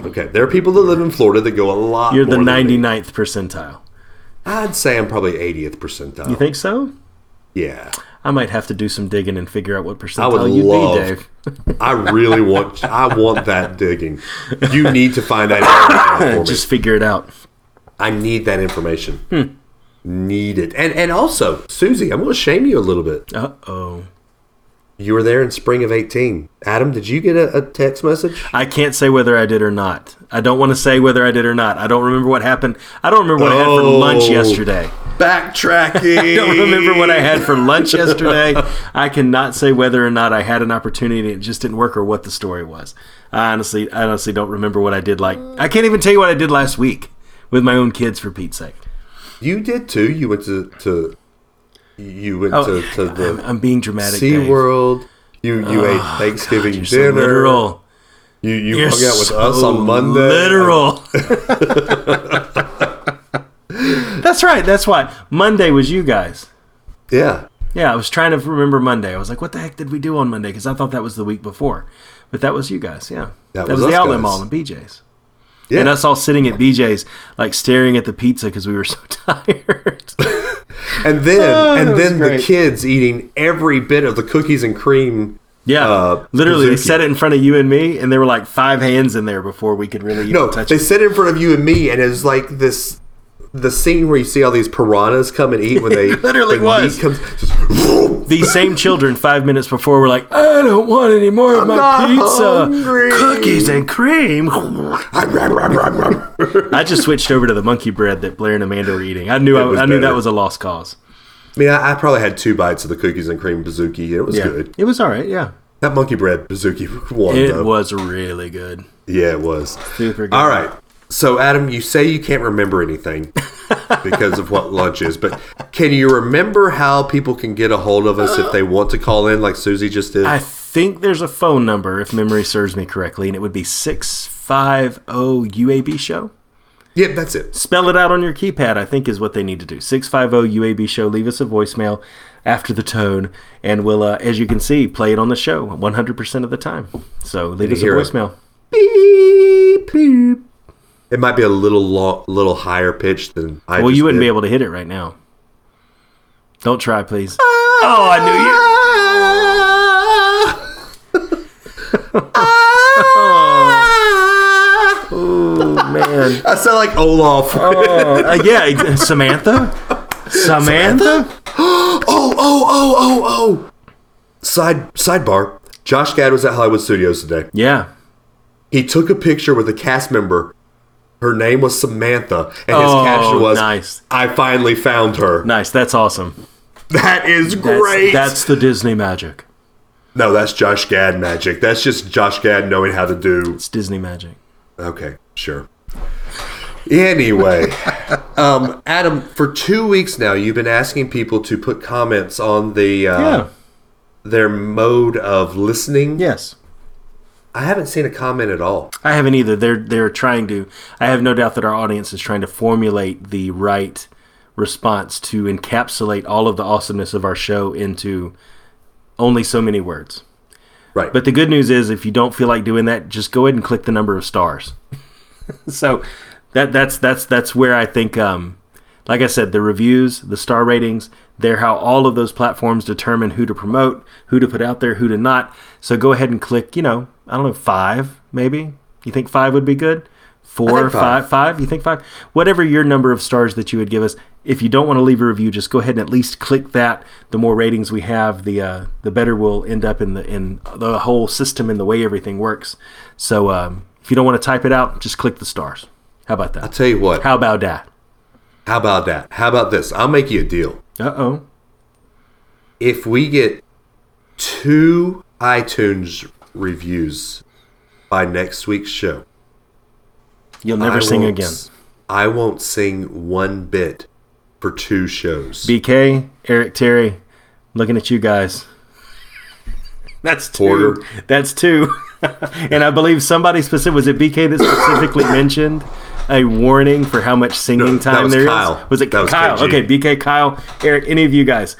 Speaker 3: Okay. There are people that live in Florida that go a lot
Speaker 2: You're the
Speaker 3: more than me.
Speaker 2: 99th percentile.
Speaker 3: I'd say I'm probably 80th percentile.
Speaker 2: You think so?
Speaker 3: Yeah.
Speaker 2: I might have to do some digging and figure out what
Speaker 3: I would
Speaker 2: percentile you'd
Speaker 3: love.
Speaker 2: be, Dave.
Speaker 3: I really want. I want that digging. You need to find that information out for me.
Speaker 2: <coughs> Just figure it out.
Speaker 3: I need that information. Need it. And and also, Susie, I'm going to shame you a little bit.
Speaker 2: Uh oh.
Speaker 3: You were there in spring of 18. Adam, did you get a, a text message?
Speaker 2: I can't say whether I did or not. I don't want to say whether I did or not. I don't remember what happened. I don't remember what I had for lunch
Speaker 3: Oh.
Speaker 2: yesterday.
Speaker 3: Backtracking.
Speaker 2: <laughs> I don't remember what I had
Speaker 3: <laughs>
Speaker 2: for lunch yesterday. I cannot say whether or not I had an opportunity and it just didn't work or what the story was. I honestly, I honestly don't remember what I did. Like, I can't even tell you what I did last week with my own kids. For Pete's sake.
Speaker 3: You did too. You went to to you went
Speaker 2: Oh, <laughs>
Speaker 3: to, to
Speaker 2: I'm,
Speaker 3: the
Speaker 2: I'm being dramatic.
Speaker 3: Sea
Speaker 2: Dave.
Speaker 3: World. You you ate Thanksgiving
Speaker 2: Ah, You're so
Speaker 3: dinner.
Speaker 2: literal.
Speaker 3: You you
Speaker 2: You're
Speaker 3: hung out with
Speaker 2: so
Speaker 3: us on Monday. <laughs>
Speaker 2: Literal. that's right. That's why Monday was you guys.
Speaker 3: Yeah.
Speaker 2: Yeah, I was trying to remember Monday. I was like, "What the heck did we do on Monday?" Because I thought that was the week before, but that was you guys. Yeah,
Speaker 3: That was
Speaker 2: the
Speaker 3: us
Speaker 2: outlet
Speaker 3: guys.
Speaker 2: mall and BJ's,
Speaker 3: Yeah.
Speaker 2: and us all sitting at BJ's, like staring at the pizza because we were so <laughs> tired.
Speaker 3: And then
Speaker 2: Oh, that
Speaker 3: and
Speaker 2: was
Speaker 3: then the
Speaker 2: great.
Speaker 3: kids eating every bit of the cookies and cream.
Speaker 2: yeah,
Speaker 3: Uh,
Speaker 2: literally, they
Speaker 3: Suzuki.
Speaker 2: set it in front of you and me, and there were like five hands in there before we could really even
Speaker 3: No,
Speaker 2: touch
Speaker 3: they
Speaker 2: it.
Speaker 3: sit in front of you and me, and it's like this. The scene where you see all these piranhas come and eat when
Speaker 2: <laughs>
Speaker 3: they
Speaker 2: literally
Speaker 3: when meat
Speaker 2: was.
Speaker 3: comes, <laughs> just,
Speaker 2: These same children, five minutes before, were like, "I don't want any more of my
Speaker 3: not
Speaker 2: pizza,
Speaker 3: hungry."
Speaker 2: cookies and cream." I just switched over to the monkey bread that Blair and Amanda were eating. I knew
Speaker 3: It was
Speaker 2: I, I knew that
Speaker 3: better.
Speaker 2: was a lost cause.
Speaker 3: I mean, I, I probably had two bites of the cookies and cream bazooki. and It was good.
Speaker 2: It was all right. Yeah.
Speaker 3: That monkey bread bazooki <laughs> one
Speaker 2: It
Speaker 3: though.
Speaker 2: was really good.
Speaker 3: Yeah, it was.
Speaker 2: Super good.
Speaker 3: All right. So, Adam, you say you can't
Speaker 2: <laughs>
Speaker 3: remember anything because of what lunch is, but can you remember how people can get a hold of us if they want to call in, like Susie just did?
Speaker 2: I think there's a phone number, if memory serves me correctly, and it would be 650 UAB show.
Speaker 3: yeah, that's it.
Speaker 2: Spell it out on your keypad, I think, is what they need to do. 650 UAB show. Leave us a voicemail after the tone, and we'll, uh, as you can see, play it on the show 100% of the time. So leave us a
Speaker 3: hear it.
Speaker 2: voicemail.
Speaker 3: Beep, beep. It might be a little lo- little higher pitched than I.
Speaker 2: Well,
Speaker 3: just
Speaker 2: you wouldn't be
Speaker 3: did.
Speaker 2: able to hit it right now. Don't try,
Speaker 3: <laughs>
Speaker 2: please. Oh, I knew you.
Speaker 3: Ah!
Speaker 2: <laughs> Oh, man.
Speaker 3: I sound like Olaf. Oh,
Speaker 2: Uh, yeah, ex- Samantha. Samantha.
Speaker 3: oh, oh, oh, oh. Side sidebar. Josh Gad was at Hollywood Studios today.
Speaker 2: Yeah.
Speaker 3: He took a picture with a cast member. Her name was Samantha, and his
Speaker 2: Oh,
Speaker 3: caption was,
Speaker 2: nice.
Speaker 3: "I finally found her."
Speaker 2: Nice. That's awesome.
Speaker 3: That is
Speaker 2: That's,
Speaker 3: great.
Speaker 2: That's the Disney magic.
Speaker 3: no, that's Josh Gad magic. That's just Josh Gad knowing how to do
Speaker 2: It's Disney magic.
Speaker 3: Okay, sure.
Speaker 2: <laughs>
Speaker 3: Anyway, um, Adam, for two weeks now, you've been asking people to put comments on the uh,
Speaker 2: Yeah.
Speaker 3: their mode of listening.
Speaker 2: Yes.
Speaker 3: I haven't seen a comment at all.
Speaker 2: I haven't either. They're they're trying to. I have no doubt that our audience is trying to formulate the right response to encapsulate all of the awesomeness of our show into only so many words.
Speaker 3: Right,
Speaker 2: But the good news is, if you don't feel like doing that, just go ahead and click <laughs> the number of stars. so that that's that's that's where I think um, Like I said, the reviews, the star ratings, they're how all of those platforms determine who to promote, who to put out there, who to not. So go ahead and click, you know, I don't know, five maybe. You think five would be good? Four,
Speaker 3: think
Speaker 2: five,
Speaker 3: five.
Speaker 2: five? You think five? Whatever your number of stars that you would give us. If you don't want to leave a review, just go ahead and at least click that. The more ratings we have, the uh, the better we'll end up in the in the whole system and the way everything works. So um, if you don't want to type it out, just click the stars. How about that?
Speaker 3: I'll tell you what.
Speaker 2: How about that?
Speaker 3: How about that? How about this? I'll make you a deal.
Speaker 2: Uh oh.
Speaker 3: If we get two iTunes reviews by next week's show,
Speaker 2: You'll never
Speaker 3: I
Speaker 2: sing
Speaker 3: won't
Speaker 2: again.
Speaker 3: s- I won't sing one bit for two shows.
Speaker 2: BK, Eric Terry, looking at you guys. That's two.
Speaker 3: Porter.
Speaker 2: That's two. <laughs> and I believe somebody specific was it BK that specifically mentioned a warning for how much singing
Speaker 3: No, that
Speaker 2: time
Speaker 3: was
Speaker 2: there is.
Speaker 3: Kyle.
Speaker 2: Was it
Speaker 3: That was
Speaker 2: Kyle?
Speaker 3: KG.
Speaker 2: okay, BK, Kyle, Eric, any of you guys.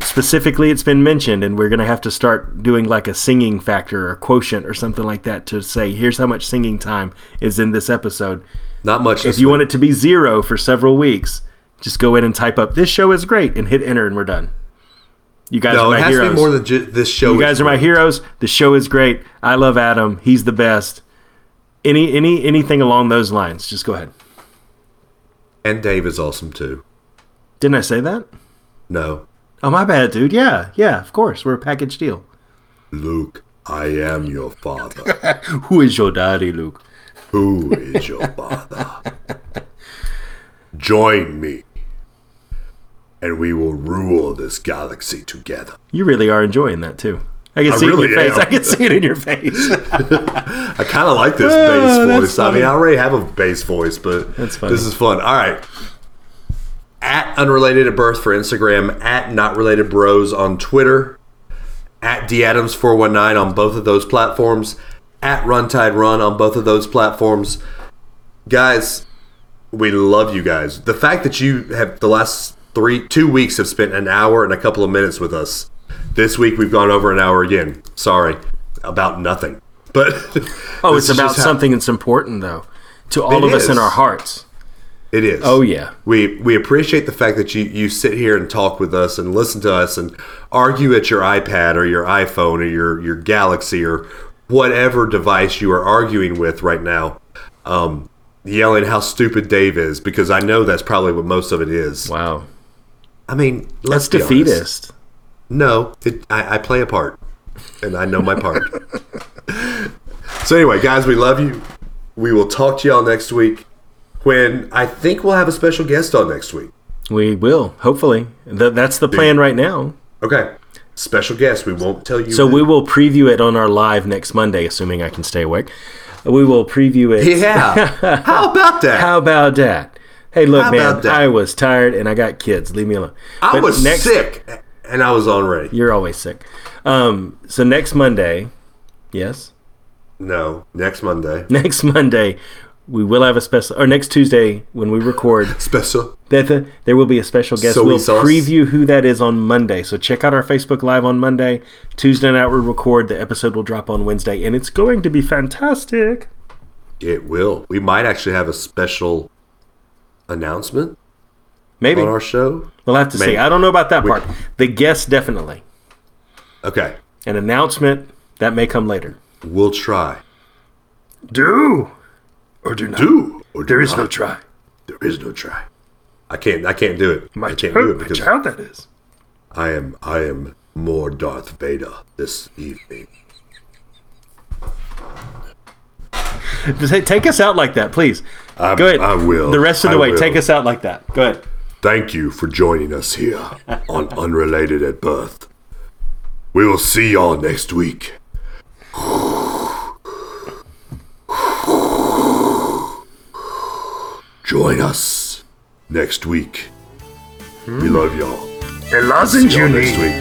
Speaker 2: Specifically, it's been mentioned, and we're going to have to start doing like a singing factor or quotient or something like that to say, here's how much singing time is in this episode
Speaker 3: Not much.
Speaker 2: if you want it to be zero for several weeks, just go in and type up "this show is great" and hit enter, and we're done. You guys
Speaker 3: no,
Speaker 2: are
Speaker 3: it
Speaker 2: my
Speaker 3: has to
Speaker 2: heroes.
Speaker 3: be more than ju- this show.
Speaker 2: you guys are my heroes. The show is great. I love Adam. He's the best. Any any anything along those lines. Just go ahead.
Speaker 3: and Dave is awesome too.
Speaker 2: Didn't I say that?
Speaker 3: No,
Speaker 2: Oh my bad, dude. Yeah, yeah. Of course, we're a package deal.
Speaker 3: Luke, I am your father.
Speaker 2: Who is your daddy, Luke?
Speaker 3: Who is your father? Join me, and we will rule this galaxy together.
Speaker 2: You really are enjoying that too. I can
Speaker 3: I
Speaker 2: see it
Speaker 3: really
Speaker 2: in your face.
Speaker 3: am.
Speaker 2: I can see it in your
Speaker 3: <laughs>
Speaker 2: face.
Speaker 3: I kind of like this
Speaker 2: Oh,
Speaker 3: bass
Speaker 2: that's
Speaker 3: voice. I mean,
Speaker 2: funny.
Speaker 3: I already have a bass voice, but
Speaker 2: That's funny.
Speaker 3: this is fun. All right. At unrelated at birth for Instagram, at not related bros on Twitter, at dadams419 on both of those platforms, at run tide run on both of those platforms. Guys, we love you guys. The fact that you have the last three, two weeks have spent an hour and a couple of minutes with us. This week we've gone over an hour again. Sorry about nothing, but
Speaker 2: Oh,
Speaker 3: <laughs> this
Speaker 2: it's
Speaker 3: is
Speaker 2: about
Speaker 3: just how-
Speaker 2: something that's important though to all
Speaker 3: It
Speaker 2: of us in
Speaker 3: is.
Speaker 2: our hearts.
Speaker 3: It is.
Speaker 2: Oh yeah.
Speaker 3: We we appreciate the fact that you you sit here and talk with us and listen to us and argue at your iPad or your iPhone or your your Galaxy or whatever device you are arguing with right now. Um, yelling how stupid Dave is because I know that's probably what most of it is.
Speaker 2: Wow.
Speaker 3: I mean, let's
Speaker 2: That's
Speaker 3: be honest.
Speaker 2: defeatist.
Speaker 3: No, it, I, I play a part, and I know my part. so anyway, guys, we love you. We will talk to y'all next week when I think we'll have a special guest on next week.
Speaker 2: We will, hopefully. Th- that's the plan right now.
Speaker 3: Okay, special guest. We won't tell you.
Speaker 2: So we will preview it on our live next Monday, assuming I can stay awake. We will preview it.
Speaker 3: <laughs>
Speaker 2: <laughs>
Speaker 3: Yeah. How about that?
Speaker 2: How about that? Hey, look,
Speaker 3: How about
Speaker 2: man,
Speaker 3: that?
Speaker 2: I was tired and I got kids. Leave me alone.
Speaker 3: I
Speaker 2: But
Speaker 3: was
Speaker 2: next,
Speaker 3: sick, and I was on ready.
Speaker 2: You're always sick. Um, so next Monday, yes, <laughs>
Speaker 3: No, next Monday.
Speaker 2: next Monday, we will have a special, or next Tuesday when we record,
Speaker 3: Special.
Speaker 2: that the, there will be a special guest.
Speaker 3: Soy
Speaker 2: we'll
Speaker 3: sauce.
Speaker 2: preview who that is on Monday. So check out our Facebook Live on Monday. Tuesday night we record. The episode will drop on Wednesday, and it's going to be fantastic.
Speaker 3: It will. We might actually have a special announcement
Speaker 2: Maybe
Speaker 3: on our show.
Speaker 2: we'll have to see.
Speaker 3: Maybe.
Speaker 2: I don't know about that part. The guest definitely.
Speaker 3: Okay,
Speaker 2: An announcement that may come later.
Speaker 3: we'll try.
Speaker 2: Do or do not.
Speaker 3: Do or do not.
Speaker 2: try.
Speaker 3: There is no try. I can't. I can't do it. I can't do it because
Speaker 2: that is.
Speaker 3: I am. I am more Darth Vader this evening.
Speaker 2: Just take us out like that, please.
Speaker 3: I,
Speaker 2: Go ahead.
Speaker 3: I will.
Speaker 2: The rest of the
Speaker 3: I
Speaker 2: way,
Speaker 3: will.
Speaker 2: take us out like that. Go ahead.
Speaker 3: Thank you for joining us here on Unrelated at Birth. We will see y'all next week. Join us next week. We love y'all.
Speaker 2: The
Speaker 3: See y'all next week.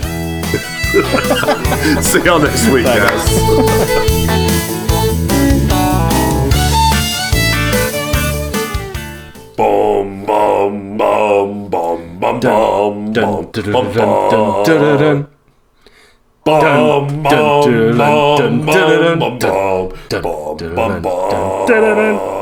Speaker 3: <laughs> see y'all next week, guys. Bum bum bum bum bum bum bum bum bum. Bum, bum, bum, bum, bum, bum, bum, bum, bum.